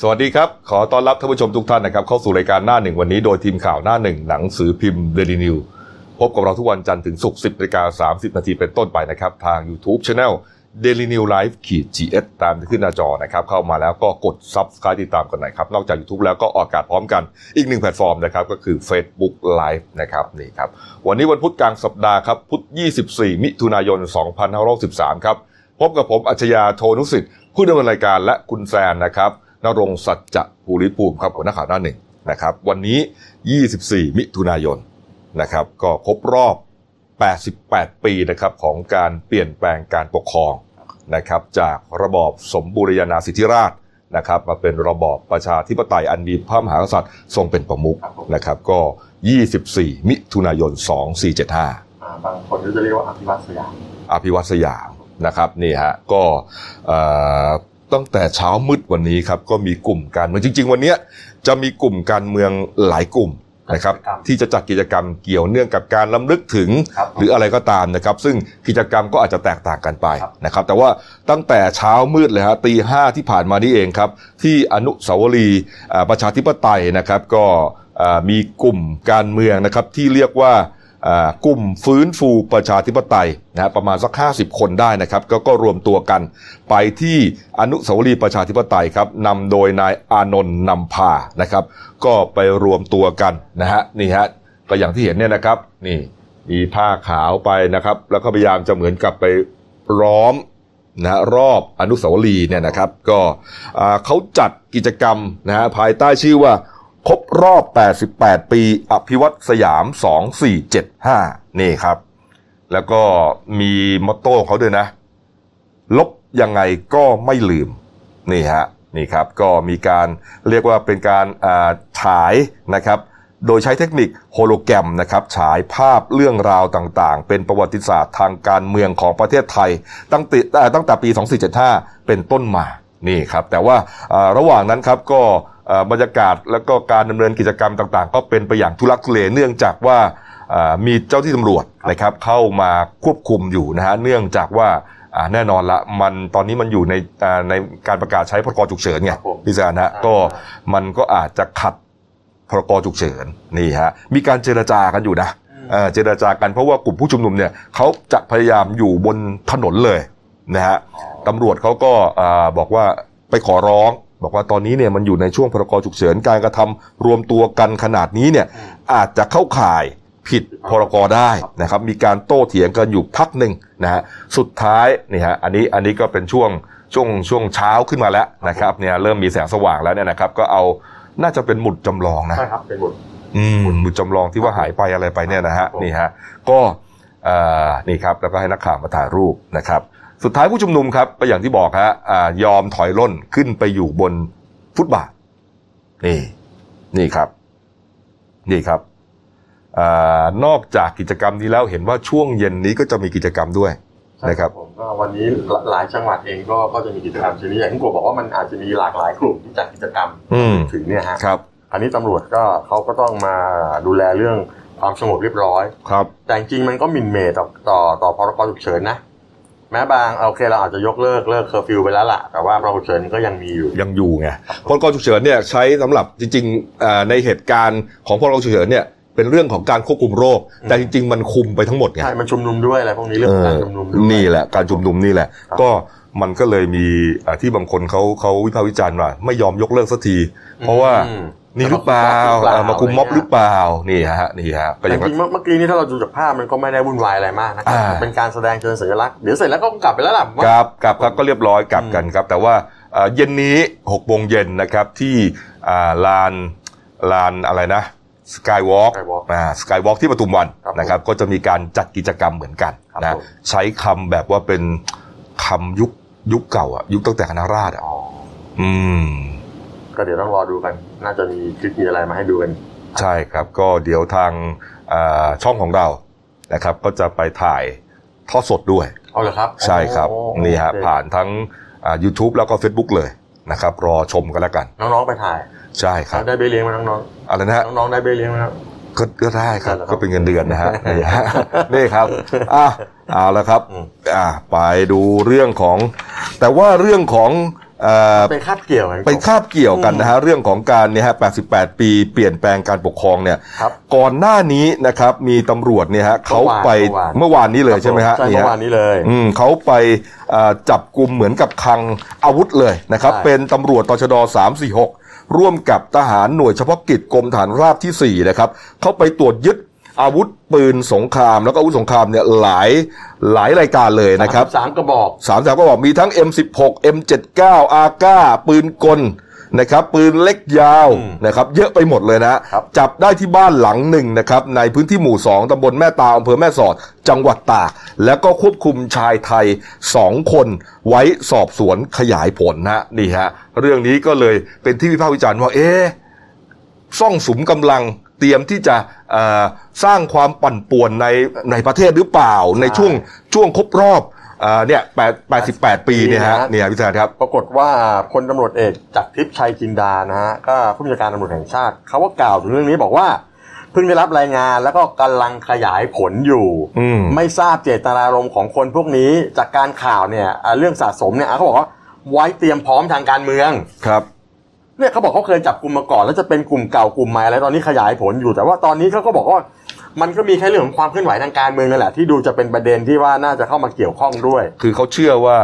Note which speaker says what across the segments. Speaker 1: สวัสดีครับ ขอต้อนรับท่านผู้ชมทุกท่านนะครับ เข้าสู่รายการหน้าหนึ่งวันนี้โดยทีมข่าวหน้าหนึ่งหนังสือพิมพ์เดลินิวพบกับเราทุกวันจันทร์ถึงศุกร์10นาฬิกา30 นาทีเป็นต้นไปนะครับ ทาง YouTube Channel Daily New Life ขีด GS ตามที่ขึ้นหน้าจอนะครับ เข้ามาแล้วก็กด Subscribe ติดตามกันหน่อยครับ นอกจาก YouTube แล้วก็ออกอากาศพร้อมกันอีกหนึ่งแพลตฟอร์มนะครับก็คือ Facebook Live นะครับนี่ครับวันนี้วันพุธกลางสัปดาห์ครับพุธ 24 มิถุนายน 2513ครับ พบกับผมอัจฉริยะโทนุสิทธิ์ผู้ดำเนินรายการและคุณแซนนะครับนรงศักดิ์จะภูริภูมิครับหัวหน้าข่าวหน้าหนึ่งนะครับ วันนี้ 24 มิถุนายนนะครับ ก็ครบรอบ 88 ปีนะครับของการเปลี่ยนแปลงการปกครองนะครับจากระบอบสมบูรณาสิทธิราชนะครับ มาเป็นระบอบประชาธิปไตยอันมีพระมหากษัตริย์ทรงเป็นประมุข
Speaker 2: ครับผม
Speaker 1: นะครับ ก็ 24 มิถุนายน 2475
Speaker 2: อ่าบางคนก็จะเรียกว่าอภิวัตสยาม
Speaker 1: อภิวัตสยามนะครับนี่ฮะก็เอ่อตั้งแต่เช้ามืดวันนี้ครับก็มีกลุ่มการเมืองจริง ๆ วันเนี้ยจะมีกลุ่มการเมืองหลายกลุ่มนะครับที่จะจัดกิจกรรมเกี่ยวเนื่องกับการล้ำลึกถึง
Speaker 2: ครับ
Speaker 1: หรืออะไรก็ตามนะครับ ซึ่งกิจกรรมก็อาจจะแตกต่างกันไป
Speaker 2: ครับ
Speaker 1: นะครับ แต่ว่าตั้งแต่เช้ามืดเลยฮะตีห้าที่ผ่านมานี่เองครับ ที่อนุสาวรีย์เอ่อประชาธิปไตยนะครับก็เอ่อมีกลุ่มการเมืองนะครับที่เรียกว่าเอ่อกลุ่มฟื้นฟูประชาธิปไตยนะฮะประมาณสัก 50 คนได้นะครับ ก็ก็รวมตัวกัน ไปที่อนุสาวรีย์ประชาธิปไตยครับนำโดยนายอานนท์นำพานะครับ ก็ไปรวมตัวกันนะฮะนี่ฮะก็อย่างที่เห็นเนี่ยนะครับนี่ มีผ้าขาวไปนะครับ แล้วก็พยายามจะเหมือนกับไปล้อมนะฮะรอบอนุสาวรีย์เนี่ยนะครับ ก็อ่าเขาจัดกิจกรรมนะฮะภายใต้ชื่อว่า ครบรอบ 88 ปี อภิวัตสยาม 2475 นี่ครับ แล้วก็มีมอตโต้ของเขาด้วยนะ ลบยังไงก็ไม่ลืม นี่ฮะนี่ครับก็มีการเรียกว่าเป็นการอ่าฉายนะครับ โดยใช้เทคนิคโฮโลแกรมนะครับฉายภาพเรื่องราวต่างๆ เป็นประวัติศาสตร์ทางการเมืองของประเทศไทย ตั้งติเอ่อตั้งแต่ปี 2475 เป็นต้นมานี่ครับ แต่ว่าเอ่อระหว่างนั้นครับก็เอ่อบรรยากาศแล้วก็การดำเนินกิจกรรมต่างๆ ก็เป็นไปอย่างทุลักทุเลเนื่องจากว่าเอ่อมีเจ้าที่ตำรวจนะครับเข้ามาควบคุมอยู่นะฮะเนื่องจากว่าอ่าแน่นอนละมันตอนนี้มันอยู่ในอ่าในการประกาศใช้พรกฉุกเฉินไง
Speaker 2: ครับผม
Speaker 1: พี่แซนฮะก็ มันก็อาจจะขัดพรกฉุกเฉินนี่ฮะมีการเจรจากันอยู่นะเอ่อเจรจากันเพราะว่ากลุ่มผู้ชุมนุมเนี่ยเขาจะพยายามอยู่บนถนนเลยนะฮะตำรวจเขาก็อ่าบอกว่าไปขอร้อง บอกว่าตอนนี้เนี่ยมันอยู่ในช่วงพรกฉุกเฉินการกระทำรวมตัวกันขนาดนี้เนี่ย
Speaker 2: อืม
Speaker 1: อาจจะเข้าข่ายผิดพรกได้นะครับ มีการโต้เถียงกันอยู่พักหนึ่งนะฮะสุดท้ายนี่ฮะอันนี้อันนี้ก็เป็นช่วงช่วงช่วงเช้าขึ้นมาแล้วนะครับเนี่ยเริ่มมีแสงสว่างแล้วเนี่ยนะครับ ก็เอาน่าจะเป็นหมุดจำลองนะ
Speaker 2: ใช่ครับเป็นบท
Speaker 1: อืมหมุดจำลองที่ว่าหายไปอะไรไปเนี่ยนะฮะ
Speaker 2: ครับผม
Speaker 1: นี่ฮะก็เอ่อนี่ครับแล้วก็ให้นักข่าวมาถ่ายรูปนะครับ สุดท้ายผู้ชุมนุมครับก็อย่างที่บอกฮะอ่ายอมถอยร่นขึ้นไปอยู่บนฟุตบาทนี่นี่ครับ นี่ครับอานอกจากกิจกรรมนี้แล้วเห็นว่าช่วงเย็นนี้ก็จะมีกิจกรรมด้วย
Speaker 2: ใช่
Speaker 1: นะครับ
Speaker 2: ผมก็วันนี้หลหลายจังหวัดเองก็ก็จะมีกิจกรรมเช่นนี้อย่างที่ผมบอกว่ามันอาจจะมีหลากหลายกลุ่มที่จัดกิจกรรม
Speaker 1: อืม
Speaker 2: ถึงเนี่ยฮะ
Speaker 1: ครับ
Speaker 2: อันนี้ตำรวจก็เขาก็ต้องมาดูแลเรื่องความสงบเรียบร้อย
Speaker 1: ครับ
Speaker 2: แต่จริงๆมันก็หมินเมย์ต่อต่อต่อพรกฉุกเฉินนะ แม้บางโอเคเราอาจจะยกเลิกเลิกเคอร์ฟิวไปแล้วล่ะ แต่ว่าพรกฉุกเฉินก็ยังมีอยู่
Speaker 1: ยังอยู่ไงพรกฉุกเฉินเนี่ยใช้สำหรับจริงๆอ่าในเหตุการณ์ของพรกฉุกเฉินเนี่ยเป็นเรื่องของการควบคุมโรค
Speaker 2: อืม
Speaker 1: แต่จริง ๆ มันคุมไปทั้งหมดไง
Speaker 2: ใช่มันชุมนุมด้วยอะไรพวกนี้เรื่อง
Speaker 1: เออ
Speaker 2: ของการชุมนุมด้วย
Speaker 1: นี่แหละการชุมนุมนี่แหละ
Speaker 2: ครับ
Speaker 1: ก็มันก็เลยมีอ่าที่บางคนเขาเขาวิพากษ์วิจารณ์ว่าไม่ยอมยกเลิกสักที เพราะว่า
Speaker 2: อืม
Speaker 1: นี่หรือเปล่า
Speaker 2: จะมาคุมม็อบหรือเปล่า
Speaker 1: เออมาคุมม็อบหรือเปล่านี่ฮะนี่ฮะก็อ
Speaker 2: แต่จ
Speaker 1: ย่างนั้น
Speaker 2: ริงๆเมื่อเมื่อกี้นี้ถ้าเราดูจากภาพมันก็ไม่ได้วุ่นวายอะไรมากนะค
Speaker 1: อ
Speaker 2: รับ
Speaker 1: ่า
Speaker 2: เป็นการแสดงเชิงสัญลักษณ์เดี๋ยวเสร็จแล้วก็กลับไปแล้วล่ะผมว่า
Speaker 1: กลับกลับครับก็เรียบร้อยกลับกันครับ แต่ว่าเอ่อเย็นนี้6โมงเย็นนะครับที่อ่าลานลานอะไรนะสกายวอล์ก
Speaker 2: Skywalk
Speaker 1: สกายวอล์กที่ปทุมวัน
Speaker 2: ครับผม
Speaker 1: นะครับก็จะมีการจัดกิจกรรมเหมือนกัน
Speaker 2: ครับ
Speaker 1: นะ
Speaker 2: ผม
Speaker 1: ใช้คำแบบว่าเป็นคำยุคยุคเก่าอะยุคตั้งแต่คณะราษฎรอะ
Speaker 2: อ๋อ
Speaker 1: อืม
Speaker 2: ก็เดี๋ยวต้องรอดูกัน น่าจะมีคลิปมีอะไรมาให้ดูกัน
Speaker 1: ใช่ครับก็เดี๋ยวทางอ่าช่องของเรานะครับก็จะไปถ่ายทอดสดด้วย
Speaker 2: เอาเหรอครับ
Speaker 1: ใช่ครับ
Speaker 2: โอ้โห
Speaker 1: นี่ฮะ
Speaker 2: โอเค
Speaker 1: ผ่านทั้งอ่า YouTube แล้วก็ Facebook เลยนะครับ รอชมกันแล้วกัน
Speaker 2: น้องๆไปถ่าย
Speaker 1: ใช่ครับ
Speaker 2: ได้เบยเลี้ยงไหมน้อง
Speaker 1: อะไรนะฮะ
Speaker 2: ๆน้องๆได้เบยเลี้ยงไหมครับ
Speaker 1: ก็ก็ได้ครับ
Speaker 2: ได้แล้วครับ
Speaker 1: ก็เป็นเงินเดือน นะฮะ นี่ฮะนี่ครับอ่ะเอาละครับ
Speaker 2: อืม
Speaker 1: อ่ะไปดูเรื่องของ แต่ว่าเรื่องของ อ่า
Speaker 2: ไปคาบเกี่ยวกัน
Speaker 1: ไปคาบเกี่ยวกันนะฮะเรื่องของการเนี่ยฮะ 88 ปีเปลี่ยนแปลงการปกครองเนี่ย
Speaker 2: ครับ
Speaker 1: ก่อนหน้านี้นะครับมีตำรวจเนี่ยฮะเขาไป
Speaker 2: เมื่
Speaker 1: เมื่อวาว
Speaker 2: อาน
Speaker 1: นี้เลยใช่ไหมฮะ
Speaker 2: ใช่
Speaker 1: นี่
Speaker 2: เมื่
Speaker 1: ฮะ
Speaker 2: อวานนี้เลย
Speaker 1: อืมเขาไปอ่าจับกลุ่มเหมือนกับคลังอาวุธเลยนะครับ
Speaker 2: ใช่
Speaker 1: เป็นตำรวจตชด 346 ร่วมกับทหารหน่วยเฉพาะกิจกรมฐานราบทีสี่4นะครับเขาไปตรวจยึดอาวุธปืนสงคราม แล้วก็อาวุธสงครามเนี่ยหลายหลายรายการเลยนะครับ
Speaker 2: สามกระบอก
Speaker 1: สามสามก็บอกมีทั้ง M16 M79 อาก้าปืนกลนะครับ ปืนเล็กยาว
Speaker 2: อืม
Speaker 1: นะครับ เยอะไปหมดเลยนะครับ จับได้ที่บ้านหลังหนึ่งนะครับ ในพื้นที่หมู่ 2ตำบลแม่ตาอำเภอแม่สอด จังหวัดตาก แล้วก็ควบคุมชายไทย 2 คนไว้สอบสวนขยายผลนะนี่ฮะ เรื่องนี้ก็เลยเป็นที่วิพากษ์วิจารณ์ว่า เอ๊ะ ซ่องสุมกำลังเตรียมที่จะเอ่อสร้างความปั่นป่วนในในประเทศหรือเปล่าในช่วงช่วงครบรอบเอ่อเนี่ยแปดแปดสิบแปดปีเนี่ยฮะ
Speaker 2: ปีนะ
Speaker 1: เนี่ยพิจารครับ
Speaker 2: ปรากฏว่าพลตำรวจเอกจากรทิพย์ชัยจินดานะฮะก็ผู้บัญชาการตำรวจแห่งชาติเขาก็กล่าวถึงเรื่องนี้บอกว่าเพิ่งได้รับรายงานแล้วก็กำลังขยายผลอยู่
Speaker 1: อืม
Speaker 2: ไม่ทราบเจตนารมณ์ของคนพวกนี้จากการข่าวเนี่ยอ่าเรื่องสะสมเนี่ยอ่ะเขาบอกว่าไว้เตรียมพร้อมทางการเมือง
Speaker 1: ครับ
Speaker 2: เนี่ยเขาบอกเขาเคยจับกลุ่มมาก่อน แล้วจะเป็นกลุ่มเก่ากลุ่มใหม่อะไรตอนนี้ขยายผลอยู่ แต่ว่าตอนนี้เขาก็บอกว่ามันก็มีแค่เรื่องของความเคลื่อนไหวทางการเมืองนั่นแหละที่ดูจะเป็นประเด็นที่ว่าน่าจะเข้ามาเกี่ยวข้องด้วย
Speaker 1: คือเขาเชื่อว่า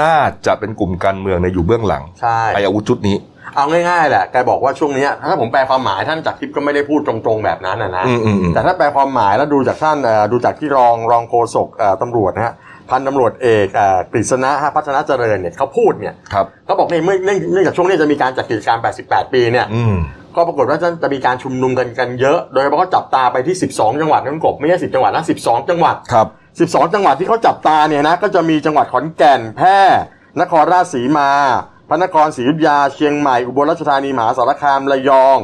Speaker 1: น่าจะเป็นกลุ่มการเมืองในยอยู่เบื้องหลัง
Speaker 2: ใช่
Speaker 1: ไออาวุธชุดนี้
Speaker 2: เอาง่ายๆแหละแกบอกว่าช่วงเนี้ยถ้าผมแปลความหมายท่านจากทิพย์ก็ไม่ได้พูดตรงๆแบบนั้นนะนะ
Speaker 1: อืมอืมอืม
Speaker 2: แต่ถ้าแปลความหมายแล้วดูจากท่านเอ่อดูจากที่รองรองโฆษกเอ่อตำรวจนะฮะพันตำรวจเอกเอ่อกฤษณะฮะพัฒนาเจริญเนี่ยเขาพูดเนี่ย
Speaker 1: ครับ
Speaker 2: เขาบอกในเมื่อเนื่องเนื่องจากช่วงเนี้ยจะมีการจัดกิจกรรม 88 ปีเนี่ย
Speaker 1: อืม
Speaker 2: ก็ปรากฏว่าจะมีการชุมนุมกันกันเยอะ โดยเฉพาะเขาจับตาไปที่ 12 จังหวัดนั่นกบไม่ใช่ 10 จังหวัดนะ 12 จังหวัด
Speaker 1: ครับ
Speaker 2: 12 จังหวัดที่เขาจับตาเนี่ยนะก็จะมีจังหวัดขอนแก่น แพร่ นครราชสีมา พระนครศรีอยุธยา เชียงใหม่ อุบลราชธานีมหาสารคาม ระยอง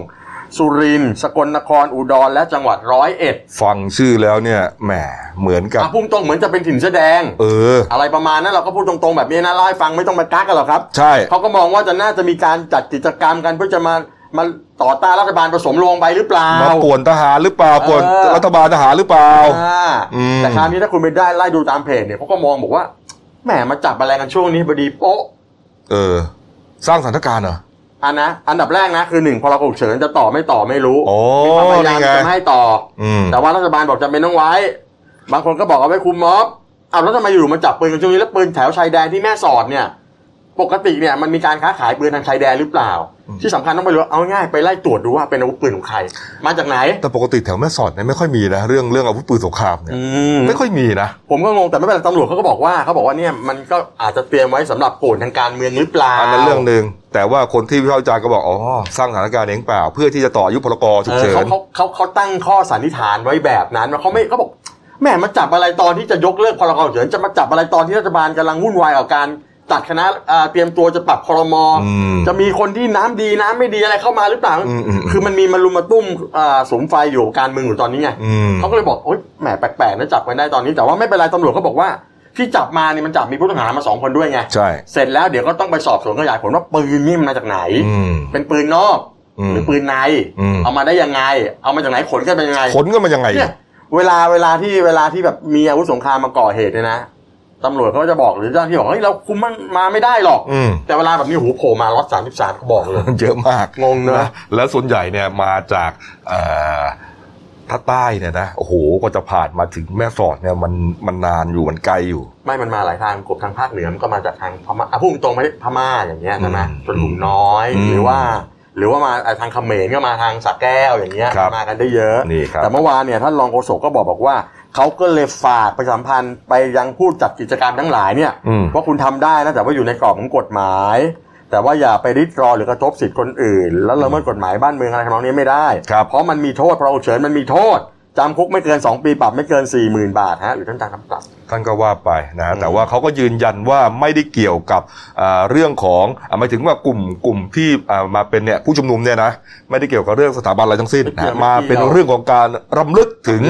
Speaker 2: สุรินทร์ สกลนคร อุดร และจังหวัดร้อยเอ็ด
Speaker 1: ฟังชื่อแล้วเนี่ยแหมเหมือนกับ
Speaker 2: อ่ะพุ่งตรงเหมือนจะเป็นถิ่นเสื้อแดง
Speaker 1: เออ
Speaker 2: อะไรประมาณนั้นเราก็พูดตรงๆแบบนี้นะเล่าให้ฟังไม่ต้องมากักกันหรอกครับ
Speaker 1: ใช่
Speaker 2: เขาก็มองว่าจะน่าจะมีการจัดกิจกรรมกันเพื่อจะมามาต่อต้านรัฐบาลผสมลงไปหรือเปล่า
Speaker 1: มาป่วนทหารหรือเปล่าป่วน
Speaker 2: เออ
Speaker 1: รัฐบาลทหารหรือเปล่า
Speaker 2: อ่า
Speaker 1: อืม
Speaker 2: แต่คราวนี้ถ้าคุณไปได้ไล่ดูตามเพจเนี่ยเขาก็มองบอกว่าแหมมาจับอะไรกันช่วงนี้พอดีโป๊ะ
Speaker 1: เออ สร้างสถานการณ์เหรอ
Speaker 2: อันนะอันดับแรกนะคือหนึ่งพอเราฉุกเฉินจะต่อไม่ต่อไม่รู้
Speaker 1: โอ้
Speaker 2: มีความพยายาม
Speaker 1: นี่ไง
Speaker 2: จะไม่ให้ต่ออ
Speaker 1: อืม
Speaker 2: แต่ว่ารัฐบาลบอกจำเป็นต้องไว้ บางคนก็บอกเอาไว้คุมม็อบเอาวแล้วทำไมอยู่มาจับปืนกันช่วงนี้แล้วปืนแถวชายแดนที่แม่สอดเนี่ย ปกติเนี่ยมันมีการค้าขายปืนทางชายแดนหรือเปล่า
Speaker 1: อืม
Speaker 2: ที่สำคัญต้องไปรู้เอาง่ายไปไล่ตรวจดูว่าเป็นอาวุธปืนของใคร มาจากไหน
Speaker 1: แต่ปกติแถวแม่สอดเนี่ยไม่ค่อยมีนะเรื่องเรื่องอาวุธปืนสงครามเนี่ย
Speaker 2: อืม
Speaker 1: ไม่ค่อยมีนะ
Speaker 2: ผมก็งงแต่ไม่เป็นไรตำรวจเขาก็บอกว่าเขาบอกว่าเนี่ยมันก็อาจจะเตรียมไว้สำหรับโกนทางการเมืองหรือเปล่า
Speaker 1: อันนั้นเรื่องหนึ่งแต่ว่าคนที่วิพากษ์วิจารณ์ก็บอกอ๋อสร้างสถานการณ์เองเปล่า เพื่อที่จะต่ออายุพลกรฉุ
Speaker 2: เอก อ
Speaker 1: เฉิ
Speaker 2: เขา
Speaker 1: น
Speaker 2: เขาเขาเขาตั้งข้อสันนิษฐานไว้แบบนั้นว่าเขาไม่เขาบอกแหม่มาจับอะไรตอนที่จะยกเลิกพรกฉุกเฉินจะมาจับอะไรตอนที่รัฐบาลกำลังวุ่นวายกับการจัดคณะเอ่อเตรียมตัวจะปรับครม
Speaker 1: อืม
Speaker 2: จะมีคนที่น้ำดีน้ำไม่ดีอะไรเข้ามาหรือเปล่า
Speaker 1: อืมอืมอืม
Speaker 2: คือมันมีมารุมมาตุ้มเอ่อสมไฟอยู่การเมืองอยู่ตอนนี้ไง
Speaker 1: อืม
Speaker 2: เขาก็เลยบอกโอ๊ยแหมแปลกๆนะจับกันได้ตอนนี้แต่ว่าไม่เป็นไรตำรวจก็บอกว่าที่จับมาเนี่ยมันจับมีผู้ต้องหามาสองคนด้วยไง
Speaker 1: ใช่
Speaker 2: เสร็จแล้วเดี๋ยวก็ต้องไปสอบสวนขยายผลว่าปืนนี่มันมาจากไหน
Speaker 1: อืม
Speaker 2: เป็นปืนนอก
Speaker 1: อืม
Speaker 2: หรือปืนใน
Speaker 1: อืม
Speaker 2: เอามาได้ยังไง เอามาจากไหนขนกันเป็นยังไง
Speaker 1: ผลก็มันยังไง
Speaker 2: เนี่ยเวลาเวลาที่เวลาที่แบบมีอาวุธสงครามมาก่อเหตุเนี่ยนะตำรวจเขาก็จะบอกหรือเจ้าหน้าที่บอกเฮ้ยเราคุมมันมาไม่ได้หรอก
Speaker 1: อืม
Speaker 2: แต่เวลาแบบนี้หูโผล่มาล็อตสามสิบสามเขาบอกเลย
Speaker 1: เยอะมาก
Speaker 2: งงเนอะ
Speaker 1: แล้วส่วนใหญ่เนี่ยมาจากเอ่อภาคใต้เนี่ยนะโอ้โหก็จะผ่านมาถึงแม่สอดเนี่ยมันมันนานอยู่มันไกลอยู่
Speaker 2: ไม่มันมาหลายทางกบทางภาคเหนือมันก็มาจากทางพม่าอ่ะพุ่งตรงไปพม่าอย่างเงี้ยใช่ไหม
Speaker 1: อืม
Speaker 2: ชนบุรีน้อย
Speaker 1: อืม
Speaker 2: หรือว่า หรือว่ามาอ่ะทางเขมรก็มาทางสระแก้วอย่างเงี้ย
Speaker 1: ครับ
Speaker 2: มากันได้เยอะ
Speaker 1: นี่ครับ
Speaker 2: แต่เมื่อวานเนี่ยท่านรองโฆษกก็บอกบอกว่าเขาก็เลยฝากประชาสัมพันธ์ไปยังผู้จัดกิจกรรมทั้งหลายเนี่ย
Speaker 1: อืม
Speaker 2: ว่าคุณทำได้นะแต่ว่าอยู่ในกรอบของกฎหมาย แต่ว่าอย่าไปริดรอนหรือกระทบสิทธิคนอื่น แล้วละเมิดกฎหมายบ้านเมืองอะไรทำนองนี้ไม่ได้
Speaker 1: ครับ
Speaker 2: เพราะมันมีโทษเพราะเราเฉินมันมีโทษจำคุกไม่เกินสองปีปรับไม่เกิน4 0,000บาทฮะหรือทั้งจำทั้งปรับ
Speaker 1: ท่านก็ว่าไปนะ
Speaker 2: อืม
Speaker 1: แต่ว่าเขาก็ยืนยันว่าไม่ได้เกี่ยวกับอ่าเรื่องของอ่าหมายถึงว่ากลุ่มกลุ่มที่อ่ามาเป็นเนี่ยผู้ชุมนุมเนี่ยนะไม่ได้เกี่ยวกับเรื่องสถาบันอะไรทั้งสิ้น
Speaker 2: ไม่เกี่ยว
Speaker 1: นะ
Speaker 2: ไม่
Speaker 1: มา
Speaker 2: เกี่ยว
Speaker 1: เป็นเรื่องของการรำลึกถึง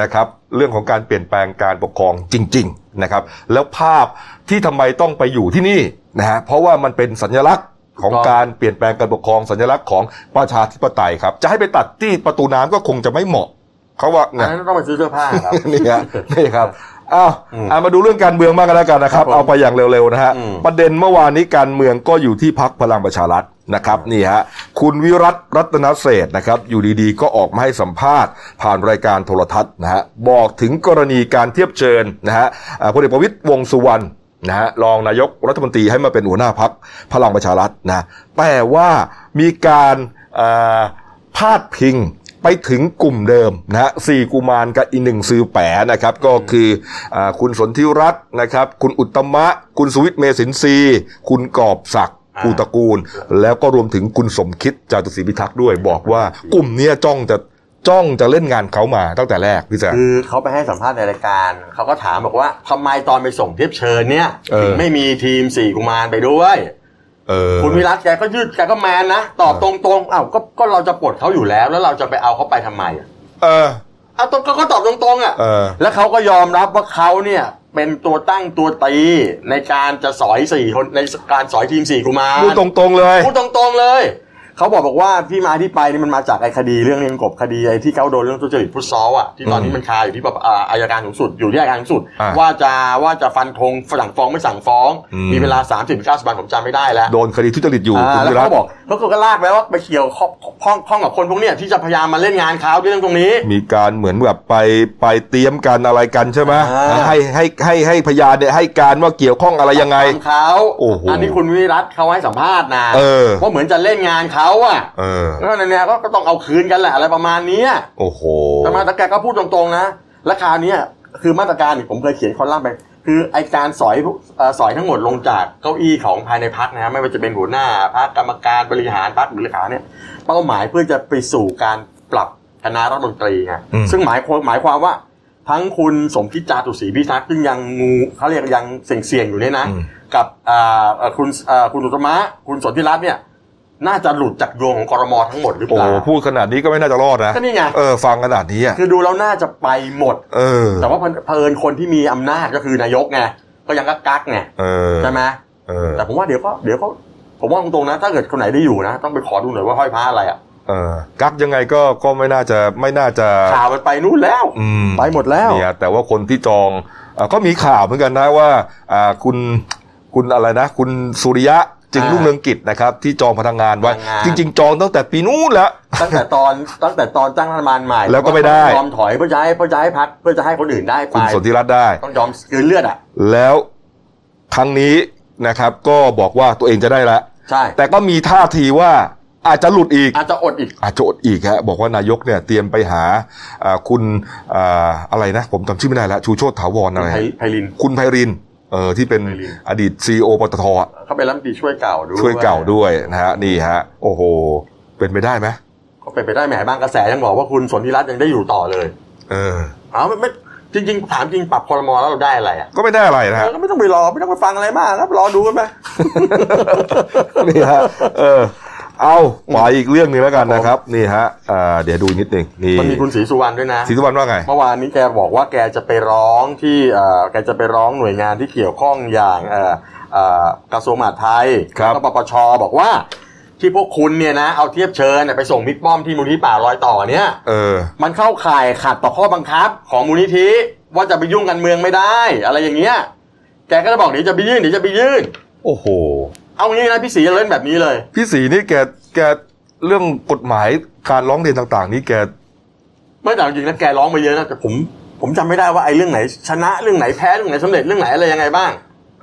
Speaker 1: นะครับ เรื่องของการเปลี่ยนแปลงการปกครองจริง ๆนะครับ แล้วภาพที่ทำไมต้องไปอยู่ที่นี่นะฮะเพราะว่ามันเป็นสัญลักษณ์ของการเปลี่ยนแปลงการปกครองสัญลักษณ์ของประชาธิปไตยครับจะให้ไปตัดที่ประตูน้ำก็คงจะไม่เหมาะเขาว่า
Speaker 2: อัน
Speaker 1: นะ
Speaker 2: นั้นต้องไปซื้อเสื้อผ้าครับ
Speaker 1: นี่ฮะนี่ครับ อ้าว
Speaker 2: อืม
Speaker 1: อ่ะมาดูเรื่องการเมืองมากกันแล้วกันนะครับ
Speaker 2: ครับผม
Speaker 1: เอาไปอย่างเร็วๆนะฮะ
Speaker 2: อืม
Speaker 1: ประเด็นเมื่อวานนี้การเมืองก็อยู่ที่พักพลังประชารัฐนะครับนี่ฮะคุณวิรัตรัตนเศรษฐ์นะครับ อยู่ดีๆ ก็ออกมาให้สัมภาษณ์ ผ่านรายการโทรทัศน์นะฮะบอกถึงกรณีการเทียบเชิญนะฮะอ่าพลเอกประวิตยวงษ์สุวรรณนะฮะรองนายกรัฐมนตรีให้มาเป็นหัวหน้าพักพลังประชารัฐนะแต่ว่ามีการอ่า พาดพิงไปถึงกลุ่มเดิมนะฮะสี่กุมารกับอีกหนึ่งสื่อแปรนะครับ ก็คืออาคุณสนธิรัตน์นะครับ คุณอุตตมะ คุณสุวิทย์เมสินทรีย์คุณกอบศักดิ์
Speaker 3: อ่า
Speaker 1: กูตระกูล แล้วก็รวมถึงคุณสมคิดจาตุศรีพิทักษ์ด้วย บอกว่ากลุ่มเนี้ยจ้องจะจ้องจะเล่นงานเขามาตั้งแต่แรกพี่แจ๊ค
Speaker 2: คือเขาไปให้สัมภาษณ์ในรายการ เขาก็ถามบอกว่าทำไมตอนไปส่งเทปเชิญเนี่ย
Speaker 1: เออ
Speaker 2: ถึงไม่มีทีมสี่กุมารไปด้วย
Speaker 1: เออ
Speaker 2: คุณวิรัตแกก็ยืดแกก็แมนนะ ตอบตรงๆอ้าวก็ก็เราจะปลดเขาอยู่แล้ว แล้วเราจะไปเอาเขาไปทำไมอ่ะ
Speaker 1: เออ
Speaker 2: เอาตรงก็ก็ตอบตรงๆอ่ะ
Speaker 1: เออ
Speaker 2: แล้วเขาก็ยอมรับว่าเขาเนี่ยเป็นตัวตั้งตัวตีในการจะสอยสี่คนในการสอยทีมสี่กุมาร
Speaker 1: พูดตรงๆเลย
Speaker 2: พูดตรงๆเลย เขาบอกบอกว่าที่มาที่ไปนี่มันมาจากไอ้คดีเรื่องเลี้ยงกบคดีไอ้ที่เขาโดนเรื่องทุจริตฟุตซอลอ่ะที่ตอนนี้
Speaker 1: อืม
Speaker 2: มันคาอยู่ที่ปปอ่าอายการสูงสุดอยู่ที่อายการสูงสุด
Speaker 1: อ่า
Speaker 2: ว่าจะว่าจะฟันธงสั่งฟ้องไม่สั่งฟ้อง
Speaker 1: อืม
Speaker 2: มีเวลา 3 0มสิบเก้าสิบวันผมจำไม่ได้แล้ว
Speaker 1: โดนคดีทุจริตอยู่คุณ
Speaker 2: อ่าแล้ว
Speaker 1: วิรัต
Speaker 2: เขาบอกเขาก็ลากไปว่าไปเกี่ยวข้องข้องข้องกับคนพวกเนี้ยที่จะพยายามมาเล่นงานเขาด้วยเรื่องตรงนี้
Speaker 1: มีการเหมือนแบบไปไปเตรียมกันอะไรกันใช่ไหม
Speaker 2: อ่า
Speaker 1: ให้ให้ให้ให้พยานเนี่ยให้การว่าเกี่ยวข้องอะไรยังไง
Speaker 2: ตามเขา
Speaker 1: โอ้โห
Speaker 2: นนี้คุณวิรัตเขาให้สัมภาษณ์นะ
Speaker 1: เออ
Speaker 2: ว่าเหมือนจะเล่นงานเขาอ่ะ
Speaker 1: เออ
Speaker 2: ก็นั่นเนี่ยก็ก็ต้องเอาคืนกันแหละอะไรประมาณเนี้ย
Speaker 1: โอ้โห
Speaker 2: แต่มาแต่แกก็พูดตรงๆนะ ราคราวเนี้ยคือมาตรการนี่ผมเคยเขียนคอลัมน์ไป คือไอการสอยผู้เอ่อสอยทั้งหมดลงจากเก้าอี้ของภายในพักนะฮะไม่ว่าจะเป็นหัวหน้าพักกรรมการบริหารพักหรือเลขาเนี่ยเป้าหมายเพื่อจะไปสู่การปรับคณะรัฐมนตรีไง
Speaker 1: อืม
Speaker 2: ซึ่งหมายความหมายความว่า ทั้งคุณสมคิดจาตุศรีพิทักษ์ซึ่งยังงูเขาเรียกยังเสี่ยงๆอยู่เนี่ยนะ กับอ่าเอ่อคุณอ่าคุณอุตมะคุณสนธิรัตน์เนี่ยน่าจะหลุดจากโยงของกรมทั้งหมดหรือเป
Speaker 1: โอ้
Speaker 2: ล่า
Speaker 1: โหพูดขนาดนี้ก็ไม่น่าจะรอดนะ
Speaker 2: ก็นี่ไง
Speaker 1: เออ ฟังขนาดนี้อ่ะ
Speaker 2: คือดูแล้วน่าจะไปหมด
Speaker 1: เออ
Speaker 2: แต่ว่าเผเผอิญคนที่มีอำนาจก็คือนายกไงก็ยังกักกักไง
Speaker 1: เออ
Speaker 2: ใช่ไหม
Speaker 1: เออ
Speaker 2: แต่ผมว่าเดี๋ยวก็เดี๋ยวก็ผมว่าตรงๆนะ ถ้าเกิดคนไหนได้อยู่นะ ต้องไปขอดูหน่อยว่าห้อยพระอะไรอ่ะ
Speaker 1: เออ กักยังไงก็ก็ไม่น่าจะไม่น่าจะ
Speaker 2: ข่าวมันไปนู่นแล้ว
Speaker 1: อืม
Speaker 2: ไปหมดแล้ว
Speaker 1: เนี่ยแต่ว่าคนที่จองเอ่อก็มีข่าวเหมือนกันนะว่าอ่าคุณคุณอะไรนะ คุณสุริยะจึง
Speaker 2: อ่า
Speaker 1: รุ่งเรืองกิจนะครับ ที่จองพลังงานไว้
Speaker 2: พลังงาน
Speaker 1: จริง ๆ จองตั้งแต่ปีนู้นแล้ว
Speaker 2: ตั้งแต่ตอน ตั้งแต่ตอนตั้งรัฐบาลใหม่
Speaker 1: แล้วก็ไม่ได้
Speaker 2: ยอมถอยเพื่อจะให้เพื่อจะให้พักเพื่อจะให้คนอื่นได้ไป
Speaker 1: คุณสนธิรัตน์ได้
Speaker 2: ต้องยอมกลืนเลือดอ่ะ
Speaker 1: แล้วครั้งนี้นะครับก็บอกว่าตัวเองจะได้ละ
Speaker 2: ใช่
Speaker 1: แต่ก็มีท่าทีว่าอาจจะหลุดอีก
Speaker 2: อาจจะอดอีก
Speaker 1: อาจจะอดอีกฮะบอกว่านายกเนี่ยเตรียมไปหาอ่าคุณอ่าอะไรนะ ผมจำชื่อไม่ได้ละชูโชติถาวร
Speaker 2: คุ
Speaker 1: อะ
Speaker 2: ณ
Speaker 1: ไร
Speaker 2: ไพไพลิน
Speaker 1: คุณไพรินเออที่เป็น
Speaker 2: ไพริน
Speaker 1: อดีตซีโอปตทอะ
Speaker 2: เขาเป็นรัฐมนตรีช่วยเก่าด้วย
Speaker 1: ช่วยเก่าด้วยนะฮะนี่ฮะ โอ้โห เป็นไปได้ไหม
Speaker 2: ก็เป็นไปได้แหมบางกระแสยังบอกว่าคุณสนธิรัตน์ยังได้อยู่ต่อเลย
Speaker 1: เออ
Speaker 2: เอ้าไม่ไม่จริง ๆ ถามจริงปรับคอรมอแล้วเราได้อะไรอ่ะ
Speaker 1: ก็ไม่ได้อะไรนะฮะ
Speaker 2: ก็ไม่ต้องไปรอ ไม่ต้องไปฟังอะไรมากครับรอดูกันไป
Speaker 1: นี่ฮะเออ เอาไปอีกเรื่องหนึงแล้วกันนะครับ นี่ฮะอ่าเดี๋ยวดูนิดหนึ่งนี่
Speaker 2: มันมีคุณศรีสุวรรณด้วยนะ
Speaker 1: ศรีสุวรรณว่าไง
Speaker 2: เมื่อวานนี้แกบอกว่าแกจะไปร้องที่เอ่อแกจะไปร้องหน่วยงานที่เกี่ยวข้องอย่างเอ่อเอ่อกระทรวงมหาดไทย
Speaker 1: ครับ
Speaker 2: แล้วก็ปปชบอกว่า ที่พวกคุณเนี่ยนะเอาเทียบเชิญเนี่ยไปส่งบิ๊กป้อมที่มูลนิธิป่ารอยต่อเนี่ย
Speaker 1: เออ
Speaker 2: มันเข้าข่ายขัดต่อข้อบังคับ ของมูลนิธิว่าจะไปยุ่งกันเมืองไม่ได้ อะไรอย่างเงี้ยแกก็จะบอกเดี๋ยวจะไปยื่นเดี๋ยวจะไปยื่น
Speaker 1: โอ้โห
Speaker 2: เอางี้นะพี่ศรีเล่นแบบนี้เลย
Speaker 1: พี่ศรีนี่แกแกเรื่องกฎหมายการร้องเรียนต่าง ๆ นี่แก
Speaker 2: ไม่แต่จริงๆนะแกร้องไปเยอะนะแต่ผมผมจำไม่ได้ว่าไอ้เรื่องไหน ชนะเรื่องไหนแพ้เรื่องไหนสำเร็จเรื่องไหนอะไรยังไงบ้าง